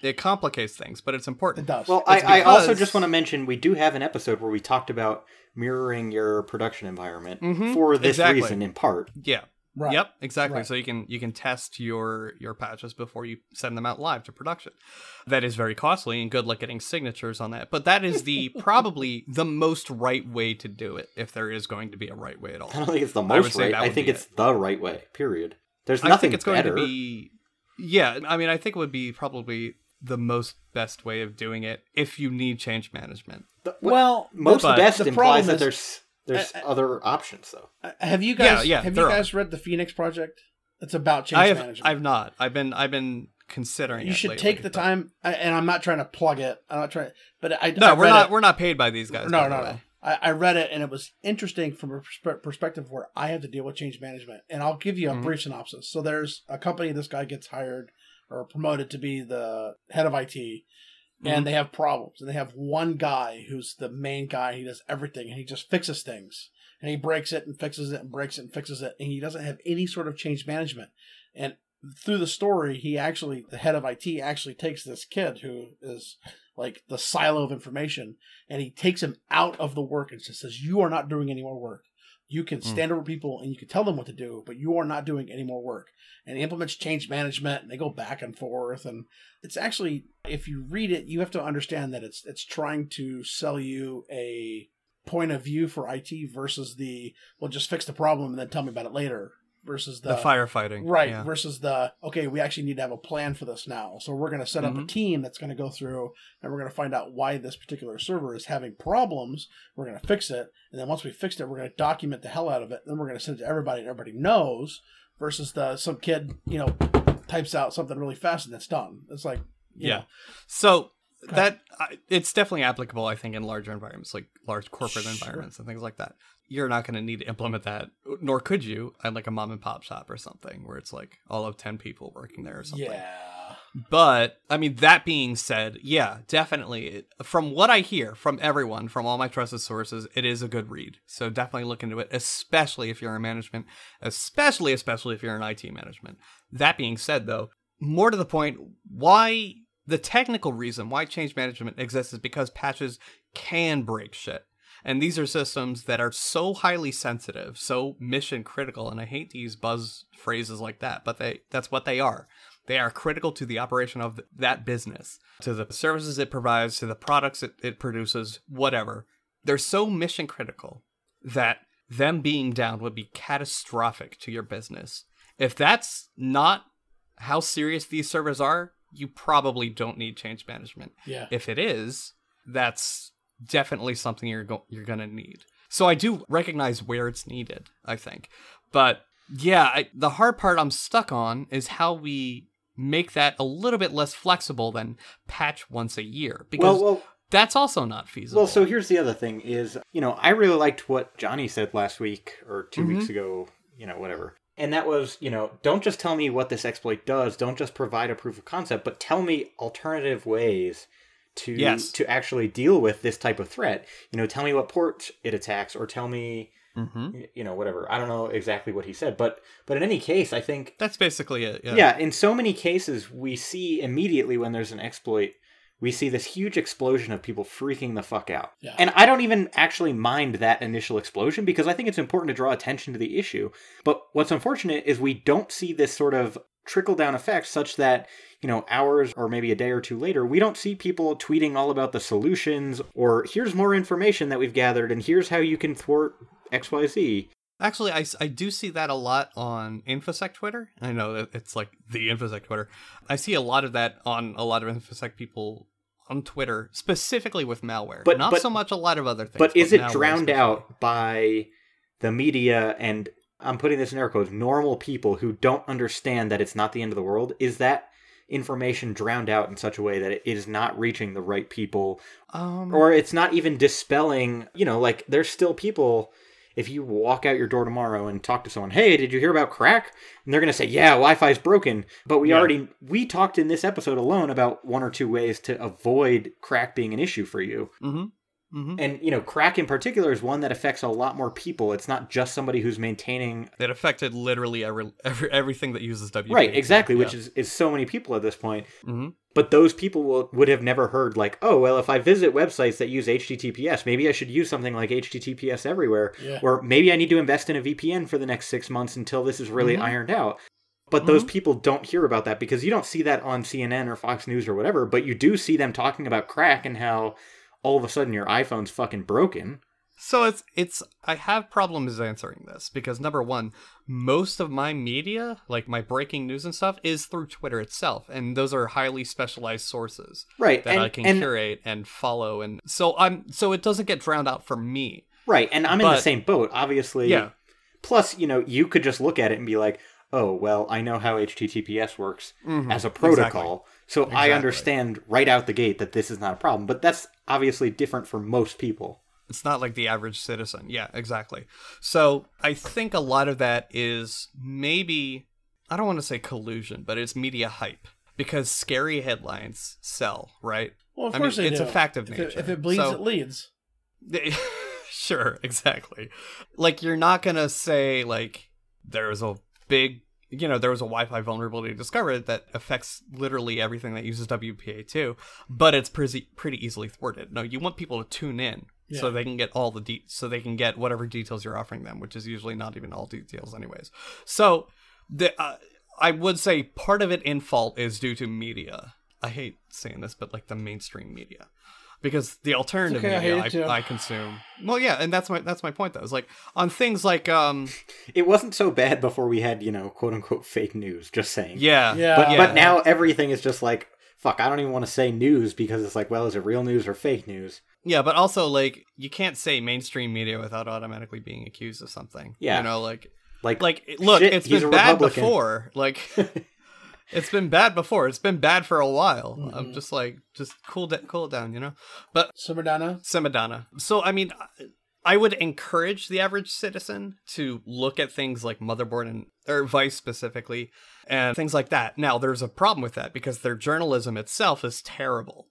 it complicates things, but it's it important. does. Well, I, It's I also because- just want to mention we do have an episode where we talked about mirroring your production environment Mhm, for this exactly. reason in part. Yeah. right. Yep. Exactly. Right. So you can you can test your your patches before you send them out live to production. That is very costly and good luck getting signatures on that. But that is the probably the most right way to do it if there is going to be a right way at all. I don't think it's the would most say right. that I would think be it's the right way. Period. There's I nothing think it's going better. to be yeah, I mean I think it would be probably the most best way of doing it if you need change management. The- what- Well, most but best the implies problem that is- there's there's I- I- other options though. Uh, Have you Yeah, guys yeah, have there you are. guys read the Phoenix Project? It's about change I have management. I've not. I've been I've been considering you it should lately, take the but- time, I- and I'm not trying to plug it. I'm not trying, but I No, I we're read not it. we're not paid by these guys. no, by the no, way. no. I, I read it and it was interesting from a perspe- perspective where I have to deal with change management. And I'll give you a Mhm. brief synopsis. So there's a company. This guy gets hired or promoted to be the head of IT, and they have problems. And they have one guy who's the main guy. He does everything, and he just fixes things. And he breaks it and fixes it and breaks it and fixes it. And he doesn't have any sort of change management. And through the story, he actually, the head of IT actually takes this kid who is like the silo of information and he takes him out of the work and just says, You are not doing any more work. You can stand over people and you can tell them what to do, but you are not doing any more work. And he implements change management and they go back and forth. And it's actually, if you read it, you have to understand that it's it's trying to sell you a point of view for IT versus the well just fix the problem and then tell me about it later versus the, firefighting. Right. yeah. Versus the, okay, we actually need to have a plan for this now. So we're going to set up a Mhm. team that's going to go through and we're going to find out why this particular server is having problems. We're going to fix it. And then once we fixed it, we're going to document the hell out of it. Then we're going to send it to everybody and everybody knows versus the, some kid, you know, types out something really fast and it's done. It's like, you Yeah. know, So Go that I- it's definitely applicable, I think, in larger environments, like large corporate Sure. environments and things like that. You're not going to need to implement that, nor could you, at like a mom and pop shop or something, where it's like all of ten people working there or something. yeah. But I mean, that being said, yeah, definitely. It, from what I hear from everyone, from all my trusted sources, it is a good read. So definitely look into it, especially if you're in management, especially especially if you're in IT management. That being said, though, more to the point, why the technical reason why change management exists is because patches can break shit. And these are systems that are so highly sensitive, so mission critical, and I hate to use buzz phrases like that, but they that's what they are. They are critical to the operation of th- that business, to the services it provides, to the products it, it produces, whatever. They're so mission critical that them being down would be catastrophic to your business. If that's not how serious these servers are, you probably don't need change management. Yeah. If it is, that's definitely something you're go- you're gonna need. So I do recognize where it's needed, I think. But yeah, I, the hard part I'm stuck on is how we make that a little bit less flexible than patch once a year because Well, well, that's also not feasible. well. So here's the other thing: is you know, I really liked what Johnny said last week or 2 Mhm. Mm-hmm. weeks ago. You know, whatever. And that was, you know, don't just tell me what this exploit does. Don't just provide a proof of concept, but tell me alternative ways to Yes. to actually deal with this type of threat. You know, tell me what port it attacks, or tell me, Mhm. you know, whatever. I don't know exactly what he said, but but in any case, I think that's basically it. Yeah. yeah. in so many cases, we see immediately when there's an exploit, we see this huge explosion of people freaking the fuck out. Yeah. And I don't even actually mind that initial explosion because I think it's important to draw attention to the issue. But what's unfortunate is we don't see this sort of trickle down effect such that, you know, hours or maybe a day or two later, we don't see people tweeting all about the solutions or here's more information that we've gathered and here's how you can thwart XYZ. Actually, I, s- I do see that a lot on InfoSec Twitter. I know that it's like the InfoSec Twitter. I see a lot of that on a lot of InfoSec people on Twitter, specifically with malware. But- not but- so much a lot of other things. but is it malware drowned especially. out by the media and I'm putting this in air quotes normal people who don't understand that it's not the end of the world? Is that information drowned out in such a way that it is not reaching the right people Um, or it's not even dispelling, you know, like there's still people if you walk out your door tomorrow and talk to someone, "Hey, did you hear about crack?" and they're going to say, "Yeah, Wi-Fi's broken." But we Yeah. already we talked in this episode alone about one or two ways to avoid crack being an issue for you. hmm hmm And you know, crack in particular is one that affects a lot more people. It's not just somebody who's maintaining It affected literally every, every everything that uses WP. right exactly, which Yeah. is is so many people at this point. Mhm. But those people will, would have never heard like, oh well, if I visit websites that use HTTPS, maybe I should use something like HTTPS everywhere, Yeah. or maybe I need to invest in a VPN for the next six months until this is really Mhm. ironed out. But those people don't hear about that because you don't see that on CNN or Fox News or whatever. But you do see them talking about crack and how all of a sudden your iPhone's fucking broken. So it's it's I have problems answering this because number one, most of my media, like my breaking news and stuff, is through Twitter itself, and those are highly specialized sources. Right, that and, I can and curate and follow and so I'm so it doesn't get drowned out for me. Right, and I'm in But- the same boat, obviously. Yeah. Plus, you know, you could just look at it and be like, "Oh, well, I know how HTTPS works as a protocol, so I Mm-hmm. Exactly. understand right out the gate that this is not a problem." But that's obviously different for most people. It's not like the average citizen. Yeah, exactly. So I think a lot of that is maybe I don't want to say collusion, but it's media hype because scary headlines sell, right? Well, of I mean, course they it's do. a fact of if It, nature. if it bleeds, So- it leads. sure, exactly. Like you're not gonna say like there's a big you know, there was a Wi-Fi vulnerability discovered that affects literally everything that uses WPA2, but it's pretty pretty easily thwarted. No, you want people to tune in so Yeah. they can get all the de- so they can get whatever details you're offering them, which is usually not even all details, anyways. So the uh, I would say part of it in fault is due to media. I hate saying this, but like the mainstream media, because the alternative okay, I hate it media too. I, I consume. Well, yeah, and that's my that's my point though. Is like on things like um It wasn't so bad before we had, you know, quote unquote fake news, just saying. yeah Yeah. But, yeah. but now everything is just like, fuck, I don't even want to say news because it's like, well, is it real news or fake news? Yeah, but also like you can't say mainstream media without automatically being accused of something. Yeah. you know, like Like, like look, shit, it's he's been a bad Republican. before. Like it's been bad before. It's been bad for a while. I'm Mm-hmm. Mhm. just like just cool da- cool it down, you know. Sumerdana. Semadonna. So I mean, I would encourage the average citizen to look at things like motherboard and or Vice specifically, and things like that. Now there's a problem with that because their journalism itself is terrible,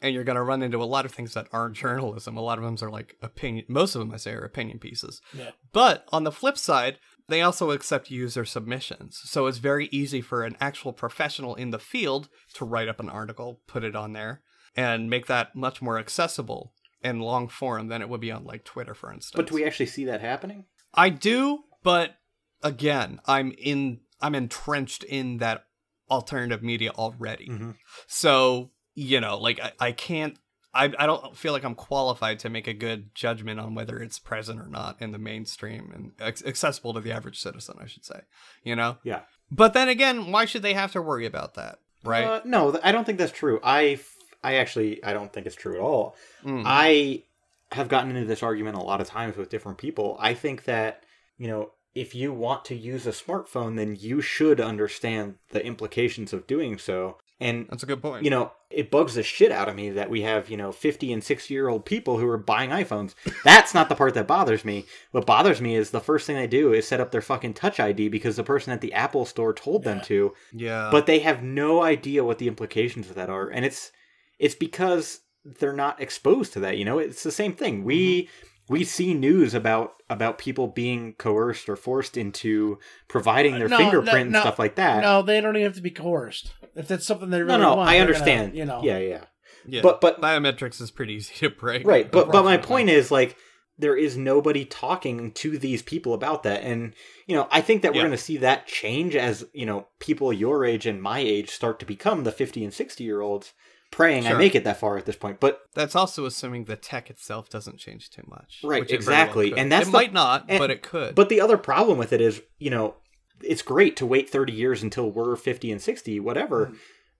and you're going to run into a lot of things that aren't journalism. A lot of them are like opinion. Most of them I say are opinion pieces. Yeah. But on the flip side, they also accept user submissions. So it's very easy for an actual professional in the field to write up an article, put it on there, and make that much more accessible in long form than it would be on like Twitter, for instance. but do we actually see that happening? I do, but again, I'm in I'm entrenched in that alternative media already. Mm-hmm. So, you know, like I, I can't I, I don't feel like I'm qualified to make a good judgment on whether it's present or not in the mainstream and ac- accessible to the average citizen, I should say. You know? Yeah. But then again, why should they have to worry about that? Right? Uh, no, th- I don't think that's true. I, f- I actually, I don't think it's true at all. Mm. I have gotten into this argument a lot of times with different people. I think that, you know, if you want to use a smartphone, then you should understand the implications of doing so. And, That's a good point. you know, it bugs the shit out of me that we have, you know, 50 and 60 year old people who are buying iPhones. That's not the part that bothers me. What bothers me is the first thing they do is set up their fucking Touch ID because the person at the Apple store told them Yeah. to Uh, yeah. but they have no idea what the implications of that are and it's it's because they're not exposed to that you know it's the same thing we Mm-hmm. we see news about about people being coerced or forced into providing their Uh, No, fingerprint no, and no, stuff like that No, they don't even have to be coerced. If that's something they no really no want, i they're understand Gonna, you know. yeah yeah yeah. but but biometrics is pretty easy to break. right but but my unfortunately. point is like there is nobody talking to these people about that and you know i think that we're Yeah. going to see that change as you know people your age and my age start to become the 50 and 60 year olds praying i Sure. make it that far at this point but That's also assuming the tech itself doesn't change too much. Right, which it very exactly, could. and that's it the- might not, and- but it could. but the other problem with it is you know it's great to wait 30 years until we're 50 and 60 whatever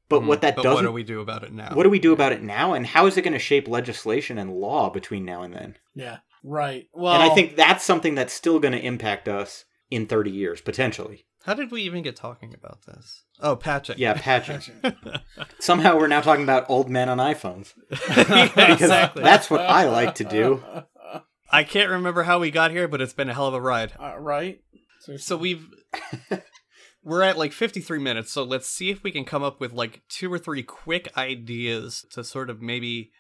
but Mhm. what that but doesn't what do we do about it now? what do we do about it now and how is it going to shape legislation and law between now and then Yeah. Right. Well, and i think that's something that's still going to impact us in 30 years potentially How did we even get talking about this? Oh, patching. yeah patching Somehow we're now talking about old men on iPhones. Yeah, Because exactly. that's what I like to do. I can't remember how we got here, but it's been a hell of a ride. Uh, right. So we've we're at like 53 minutes, so let's see if we can come up with like two or three quick ideas to sort of maybe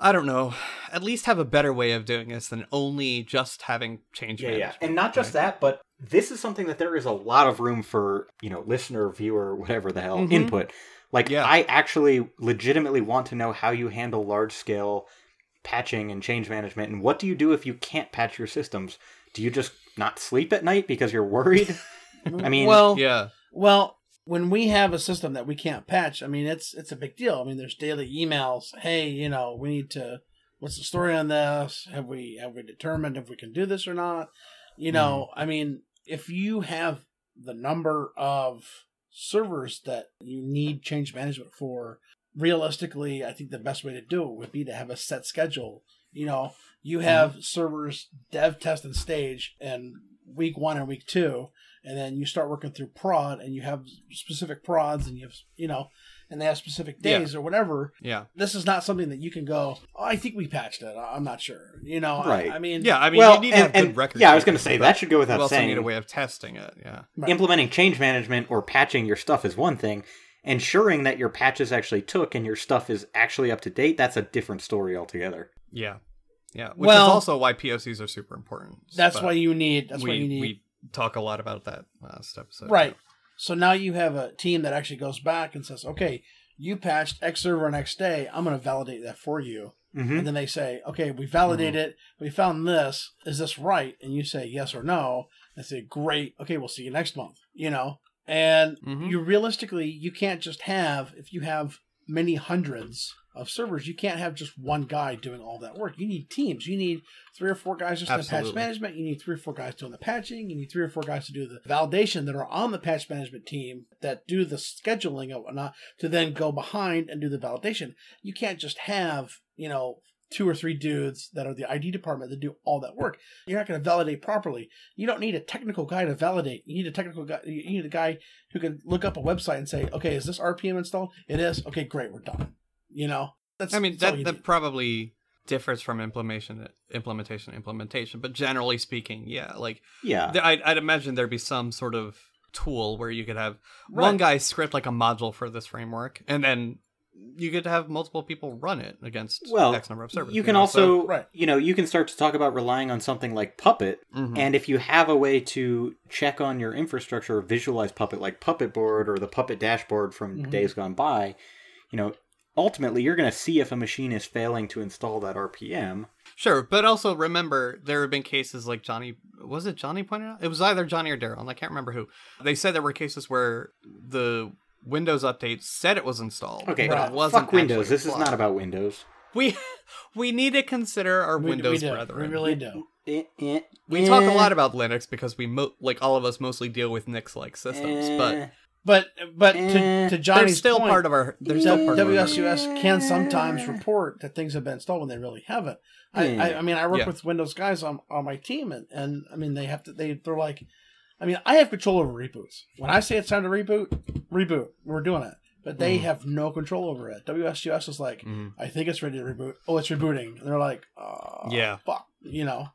I don't know, at least have a better way of doing this than only just having change management. And not just that, but this is something that there is a lot of room for, you know, listener, viewer, whatever the hell, Mhm. input. Like, Yeah. I actually legitimately want to know how you handle large scale patching and change management. And what do you do if you can't patch your systems? Do you just not sleep at night because you're worried? I mean, well, Yeah. well, when we have a system that we can't patch, I mean, it's it's a big deal. I mean, there's daily emails. Hey, you know, we need to. What's the story on this? Have we have we determined if we can do this or not? You know, I mean, if you have the number of servers that you need change management for, realistically, I think the best way to do it would be to have a set schedule. You know, you have servers dev, test, and stage, and week one and week two, and then you start working through prod, and you have specific prods, and you have you know, and they have specific Yeah. days or whatever. Yeah. This is not something that you can go. Oh, I think we patched it. I- I'm not sure. You know, I- Right. I, mean, Yeah, I mean well, you need to and- have good and- records. Yeah, I was going to say, that should go you without also saying. need a way of testing it, yeah. Right. implementing change management or patching your stuff is one thing ensuring that your patches actually took and your stuff is actually up to date that's a different story altogether Yeah. Yeah. Which Well- is also why POCs are super important. That's but why you need. That's uh, we, uh, why you need. we talk a lot about that last episode. right. So now you have a team that actually goes back and says, okay, you patched X server on X day. I'm going to validate that for you. Hmm. Mm-hmm. And then they say, okay, we validate it. We found this. Is this right? And you say yes or no. They say, great. Okay, we'll see you next month. You know, and Mm-hmm. Mhm. you realistically, you can't just have, if you have many hundreds of servers, you can't have just one guy doing all that work. You need teams. You need three or four guys just in patch Absolutely. management. You need three or four guys doing the patching. You need three or four guys to do the validation that are on the patch management team that do the scheduling and whatnot to then go behind and do the validation. You can't just have, you know, two or three dudes that are the ID department that do all that work. You're not going to validate properly. You don't need a technical guy to validate. You need a technical guy. You need a guy who can look up a website and say, okay, is this RPM installed? It is. Okay, great. We're done. You know, that's, I mean, that's all that you that need. probably differs from implementation implementation implementation, but generally speaking, yeah, like Yeah. th- I'd, I'd imagine there'd be some sort of tool where you could have Right. one guy script like a module for this framework, and then you could have multiple people run it against Well, X number of servers. you can know, so- also, right. you know, you can start to talk about relying on something like Puppet. Hmm. Mhm. And if you have a way to check on your infrastructure or visualize Puppet, like Puppet Board or the Puppet Dashboard from Mhm. days gone by, you know, ultimately you're going to see if a machine is failing to install that RPM. Sure, but also remember there have been cases like Johnny was it Johnny pointed out? It was either Johnny or Daryl, and I can't remember who. They said there were cases where the Windows update said it was installed. Okay, but Right. it wasn't fuck Windows. actually This is applied. not about Windows. we we need to consider our We- Windows we do. brethren. We really do. Eh, eh, We talk a eh, lot about Linux because we mo- like all of us mostly deal with Nix-like systems, eh. but But but to, Eh, to they're Johnny's still point, part of our. They're So still part of our. WSUS can sometimes report that things have been installed when they really haven't. I, Yeah. I, I mean, I work Hmm. Yeah. with Windows guys on, on my team, and, and I mean, they have to, they, they're like, I mean, I have control over reboots. When I say it's time to reboot, reboot, we're doing it. But they Mhm. have no control over it. WSUS is like, Mhm. I think it's ready to reboot. Oh, it's rebooting. And they're like, oh, Mm-hmm. Yeah. fuck, you know?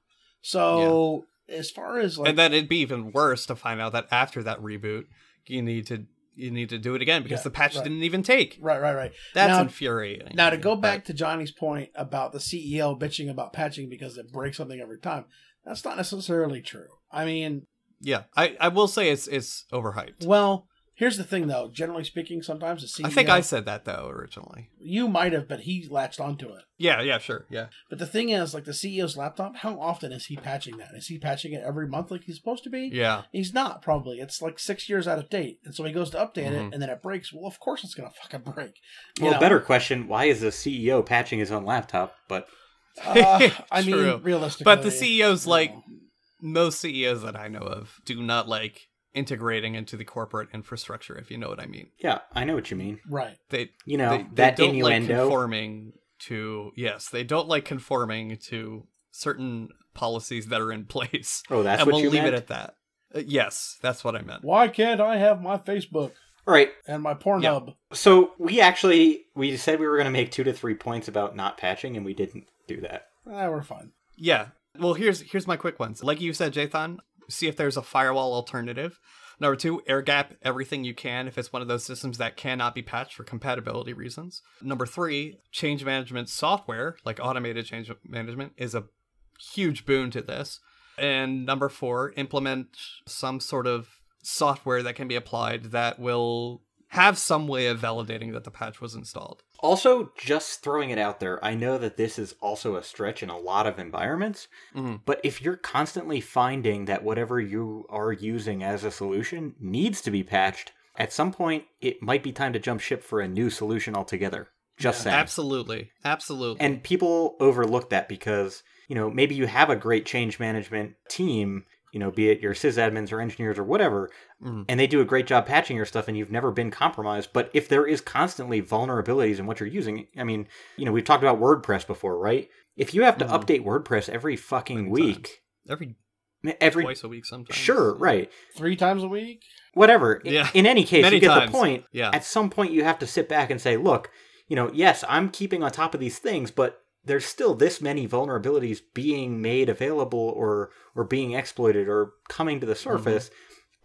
So as far as like, and then it'd be even worse to find out that after that reboot, you need to you need to do it again because Yeah, the patch right. didn't even take. right, right, right. That's Now- infuriating. Now to go back to Johnny's point about the CEO bitching about patching because it breaks something every time, that's not necessarily true. I mean, yeah, I, I will say it's it's overhyped. well, here's the thing though. Generally speaking, sometimes the CEO, I think I said that though originally. you might have, but he latched onto it. Yeah, yeah, sure, yeah. But the thing is, like the CEO's laptop, how often is he patching that? Is he patching it every month like he's supposed to be? Yeah. He's not probably. It's like six years out of date, and so he goes to update it, Mhm. and then it breaks. Well, of course it's gonna fucking break. You Well, know? better question: Why is the CEO patching his own laptop? But Uh, I True. mean, realistically, But the E CEO's you like know. most CEOs that I know of do not like integrating into the corporate infrastructure, if you know what I mean. yeah, I know what you mean. right. They You know they, they that don't like innuendo. conforming to yes, they don't like conforming to certain policies that are in place. oh, that's and what we'll you leave meant. it at that. Uh, yes, that's what I meant. Why can't I have my Facebook All right. and my Pornhub? So we actually we said we were going to make two to three points about not patching, and we didn't do that. Ah, we're fine. Yeah. Well, here's here's my quick ones. Like you said, Jathan, see if there's a firewall alternative. Number two, air gap everything you can if it's one of those systems that cannot be patched for compatibility reasons. Number three, change management software, like automated change management, is a huge boon to this. And number four, implement some sort of software that can be applied that will have some way of validating that the patch was installed. Also, just throwing it out there, I know that this is also a stretch in a lot of environments, Mhm. but if you're constantly finding that whatever you are using as a solution needs to be patched, at some point it might be time to jump ship for a new solution altogether. Just saying. Absolutely. Absolutely. And people overlook that because, you know, maybe you have a great change management team, you know, be it your sysadmins or engineers or whatever, Mhm. and they do a great job patching your stuff and you've never been compromised. But if there is constantly vulnerabilities in what you're using, I mean, you know, we've talked about WordPress before, right? If you have to Mhm. update WordPress every fucking Many week, every every twice a week sometimes. sure, right. Three times a week? Whatever. In- Yeah. In any case, Many you get times. the point Yeah. at some point you have to sit back and say, look, you know, yes, I'm keeping on top of these things, but there's still this many vulnerabilities being made available or or being exploited or coming to the Mm-hmm. surface.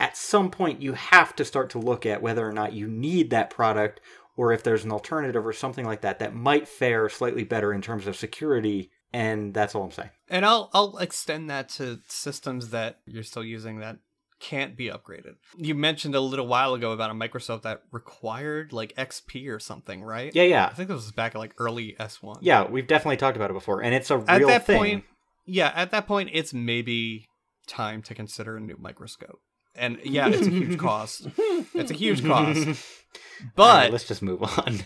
At some point you have to start to look at whether or not you need that product or if there's an alternative or something like that that might fare slightly better in terms of security and that's all I'm saying. And I'll I'll extend that to systems that you're still using that can't be upgraded. You mentioned a little while ago about a Microsoft that required like XP or something, right? Yeah, yeah. I think this was back at like early S1. Yeah, we've definitely talked about it before, and it's a At real that thing. point, yeah, at that point it's maybe time to consider a new microscope. And yeah, it's a huge cost. It's a huge cost. All right, But let's just move on.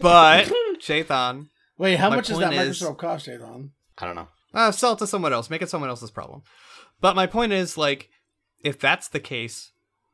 but Chaitan, Wait, how My much does that point is- microscope cost, Adon? I don't know. Uh, sell it to someone else. Make it someone else's problem. But my point is, like, if that's the case,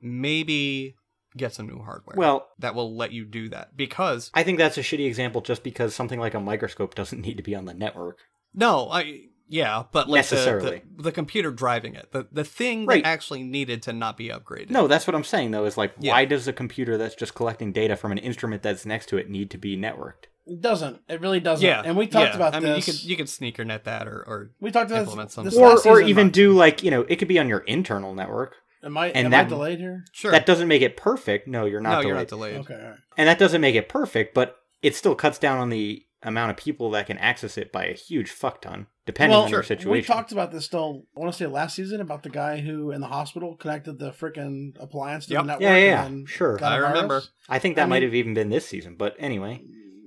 maybe get some new hardware. Well, that will let you do that because I think that's a shitty example just because something like a microscope doesn't need to be on the network. no, I yeah, but like the- Necessarily. the, the, computer driving it, the the thing Right. that actually needed to not be upgraded. No, that's what I'm saying though. Is like, Yeah. why does a computer that's just collecting data from an instrument that's next to it need to be networked? It doesn't. It really doesn't. yeah, And we talked yeah. about I mean, this. you could you could sneaker net that or or we talked about implement this, some this sort Or last or season, um, even Mike. do like you know, it could be on your internal network. Am I and am I that- delayed here? sure. That doesn't make it perfect. No, you're no, not. you're delayed. not delayed. Okay. All right. and that doesn't make it perfect, but it still cuts down on the amount of people that can access it by a huge fuck ton, depending Well, on sure. your We situation. We talked about this still. I want to say last season about the guy who in the hospital connected the freaking appliance to Yep. the network. Yeah, yeah, yeah. and then Sure. got a I virus. remember. I think that I might mean- have even been this season, but anyway.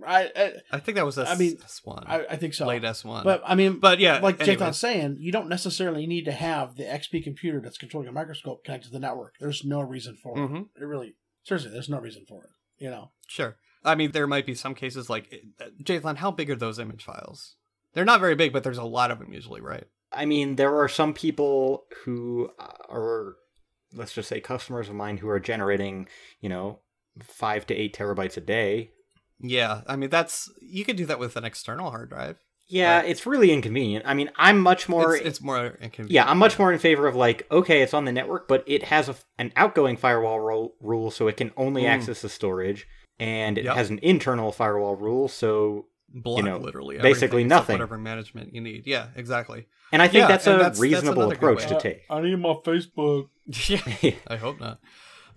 I I, I think that was S I mean, one, I, I think so. late S one. But I mean, but yeah, like anyways. Jathan's saying, you don't necessarily need to have the XP computer that's controlling a microscope connected to the network. There's no reason for it. Mhm. It really, seriously, there's no reason for it. You know, Sure. I mean, there might be some cases like uh, Jathan. How big are those image files? They're not very big, but there's a lot of them usually, right? I mean, there are some people who uh, are, let's just say, customers of mine who are generating, you know, five to eight terabytes a day. Yeah. I mean, that's you could do that with an external hard drive. Yeah, Right. it's really inconvenient. I mean, I'm much more. it's, it's more inconvenient. yeah, I'm much more in favor of like, okay, it's on the network, but it has a, an outgoing firewall ro- rule, so it can only Mm. access the storage, and it Yep. has an internal firewall rule, so. block you know, literally basically everything except nothing. Whatever management you need. Yeah, exactly. And I think Yeah, that's and a that's- that's reasonable another good approach way. to take. I need my Facebook. yeah. I hope not.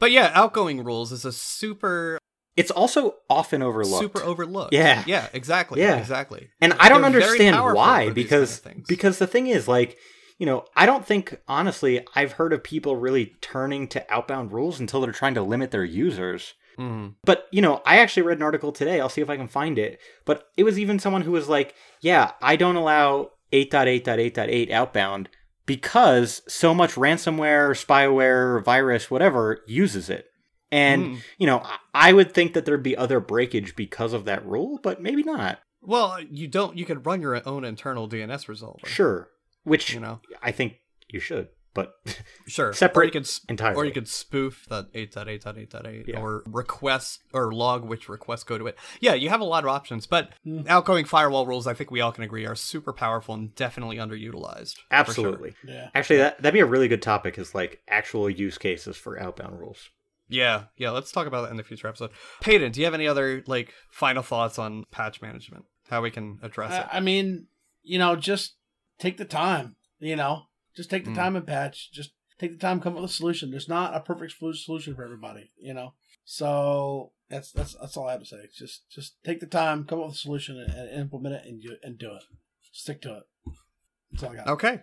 But yeah, outgoing rules is a super it's also often overlooked. super overlooked. Yeah. Yeah. Exactly. Yeah. Exactly. And I don't They're very understand powerful why, for these because kind of things. because the thing is, like, you know, I don't think honestly I've heard of people really turning to outbound rules until they're trying to limit their users. Mm. But you know, I actually read an article today. I'll see if I can find it. But it was even someone who was like, "Yeah, I don't allow 8.8.8.8 outbound because so much ransomware, spyware, virus, whatever uses it." And Mm. you know, I- I would think that there'd be other breakage because of that rule, but maybe not. well, you don't. You could run your own internal DNS resolver. Sure, which You know. I think you should, but Sure. Or Separate you could s- entirely. Or you could spoof that 8.8.8.8 Yeah. or request or log which requests go to it. Yeah, you have a lot of options, but Mm. outgoing firewall rules, I think we all can agree, are super powerful and definitely underutilized. for sure. absolutely. Yeah. Actually, that that'd be a really good topic. Is like actual use cases for outbound rules. Yeah, yeah. Let's talk about that in the future episode. Peyton, do you have any other like final thoughts on patch management? How we can address I, Uh, it? I mean, you know, just take the time. You know, just take the Mm. time and patch. Just take the time, come up with a solution. There's not a perfect solu- solution for everybody. You know, so that's that's that's all I have to say. It's Just just take the time, come up with a solution, and, and implement it, and you and do it. Stick to it. That's all I got. Okay,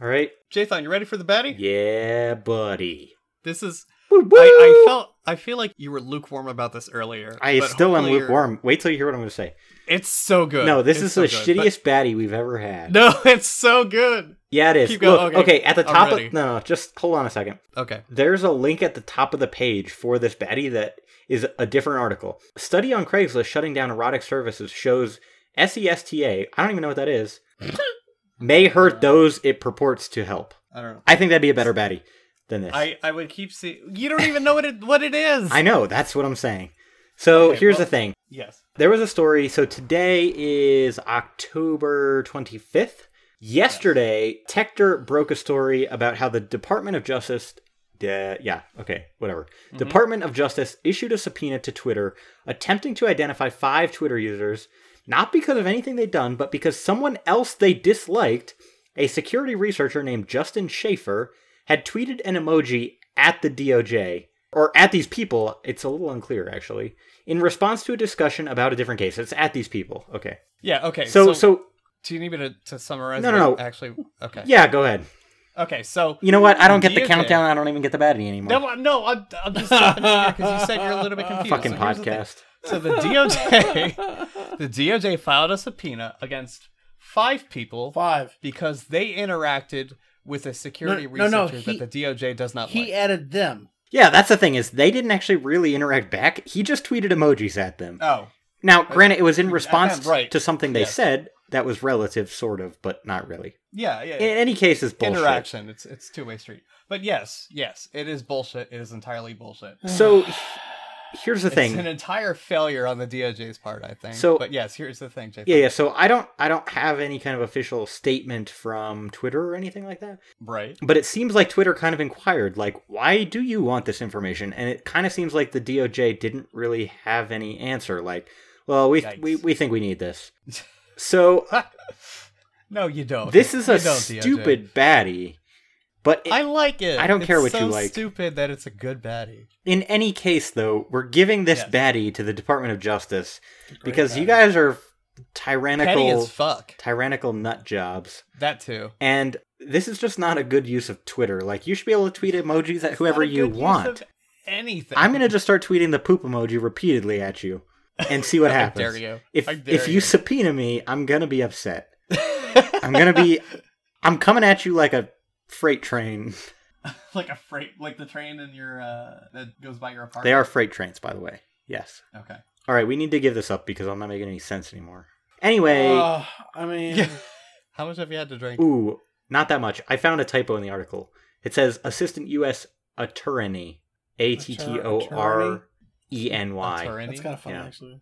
All right. Jathan, you ready for the baddie? Yeah, buddy. This is. Woo, I, I woo! felt. I feel like you were lukewarm about this earlier. I but still am hopefully you're- lukewarm. Wait till you hear what I'm going to say. It's so good. No, this It's is so the good, but- shittiest baddie we've ever had. No, it's so good. Yeah, it is. Keep going. Look, Okay, okay, at the I'm top ready. of no, no, just hold on a second. Okay. There's a link at the top of the page for this baddie that is a different article. Study on Craigslist shutting down erotic services shows E SESTA, I don't even know what that is, may hurt those it purports to help. I don't know. I think that'd be a better baddie than this. I, I would keep seeing. You don't even know what it what it is. I know, that's what I'm saying. So Okay, here's well- the thing. Yes. There was a story. So today is October 25th. Yesterday, Tector broke a story about how the Department of Justice. Yeah, yeah, okay, whatever. Department of Justice issued a subpoena to Twitter attempting to identify five Twitter users, not because of anything they'd done, but because someone else they disliked, a security researcher named Justin Schaefer, had tweeted an emoji at the DOJ or at these people. It's a little unclear, actually. In response to a discussion about a different case, it's at these people. Okay. Yeah. Okay. So, so, do you need me to, to summarize? No, no, what no. Actually. Okay. yeah, go ahead. Okay, so You know what? I don't Do get the you countdown. I don't even get the baddie anymore. No, I- no, I'm, I'm just stopping here because you said you're a little bit confused. Fucking So here's the thing. podcast. So the DOJ, the DOJ filed a subpoena against five people Five. because they interacted with a security No, no, no, researcher he- that the DOJ does not He like. added them. Yeah, that's the thing is they didn't actually really interact back. He just tweeted emojis at them. Oh, Now, granted, it was in response right. to something they Yes. said that was relative, sort of, but not really. yeah, yeah. In any case, it's bullshit. Interaction. It's it's two way street. But yes, yes, it is bullshit. It is entirely bullshit. So h- here's the It's an thing. entire failure on the DOJ's part, I think. So- but yes, here's the thing, Jay. Yeah, yeah. So I don't, I don't have any kind of official statement from Twitter or anything like that. Right. But it seems like Twitter kind of inquired, like, why do you want this information? And it kind of seems like the DOJ didn't really have any answer. Like, well, we Yikes. we, we think we need this. So No, you don't. this is You a Oh, don't, DOJ. stupid baddie. But it- I like it. I don't It's care what so you like. Stupid that it's a good baddie. in any case, though, we're giving this Yes. baddie to the Department of Justice because you baddie. guys are Petty tyrannical, as fuck. tyrannical nut jobs, That too. and this is just not a good use of Twitter. Like, you should be able to tweet emojis at whoever you want. anything. I'm gonna just start tweeting the poop emoji repeatedly at you and see what I happens. dare you. If I dare if you, you. subpoena me, I'm gonna be upset. I'm gonna be I'm coming at you like a freight train. like a freight, like the train in your uh, that goes by your apartment. They are freight trains, by the way. Yes. okay. All right, we need to give this up because I'm not making any sense anymore. Anyway, Uh, I mean, Yeah. How much have you had to drink? ooh, not that much. I found a typo in the article. It says assistant U.S. attorney, A T T O R E N Y. A that's kind of funny, Yeah. actually.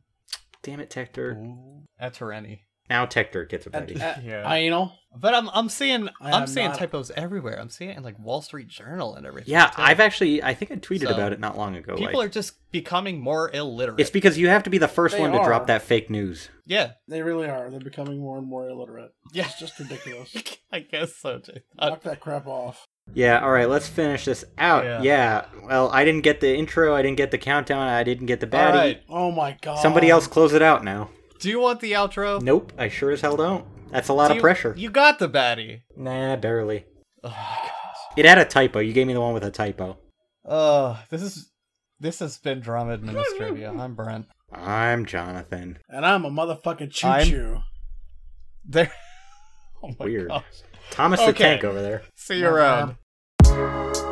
Damn it, Tector. A Tereni. Now Tector gets a At, petty. at, Yeah. Anal. But I'm I'm seeing I I'm am seeing not- typos everywhere. I'm seeing it in like Wall Street Journal and everything. Yeah, too. I've actually I think I tweeted So, about it not long ago. people like, are just becoming more illiterate. it's because you have to be the first They one to drop are. that fake news. yeah, They really are. They're becoming more and more illiterate. yeah. It's just ridiculous. I guess so. Jay. Uh, Knock that crap off. Yeah, all right, let's finish this out. Yeah. Yeah. Well, I didn't get the intro, I didn't get the countdown, I didn't get the all baddie. right. Um, Oh my god. Somebody else close it out now. Do you want the outro? Nope, I sure as hell don't. That's a lot Do of you- pressure. You got the baddie. Nah, barely. Oh my gosh. It had a typo. You gave me the one with a typo. Oh, this is this has been drama administrivia. I'm Brent. I'm Jonathan. And I'm a motherfucking choo I'm- choo. There. Oh my Weird. gosh. Thomas the Okay. Tank over there. See you around.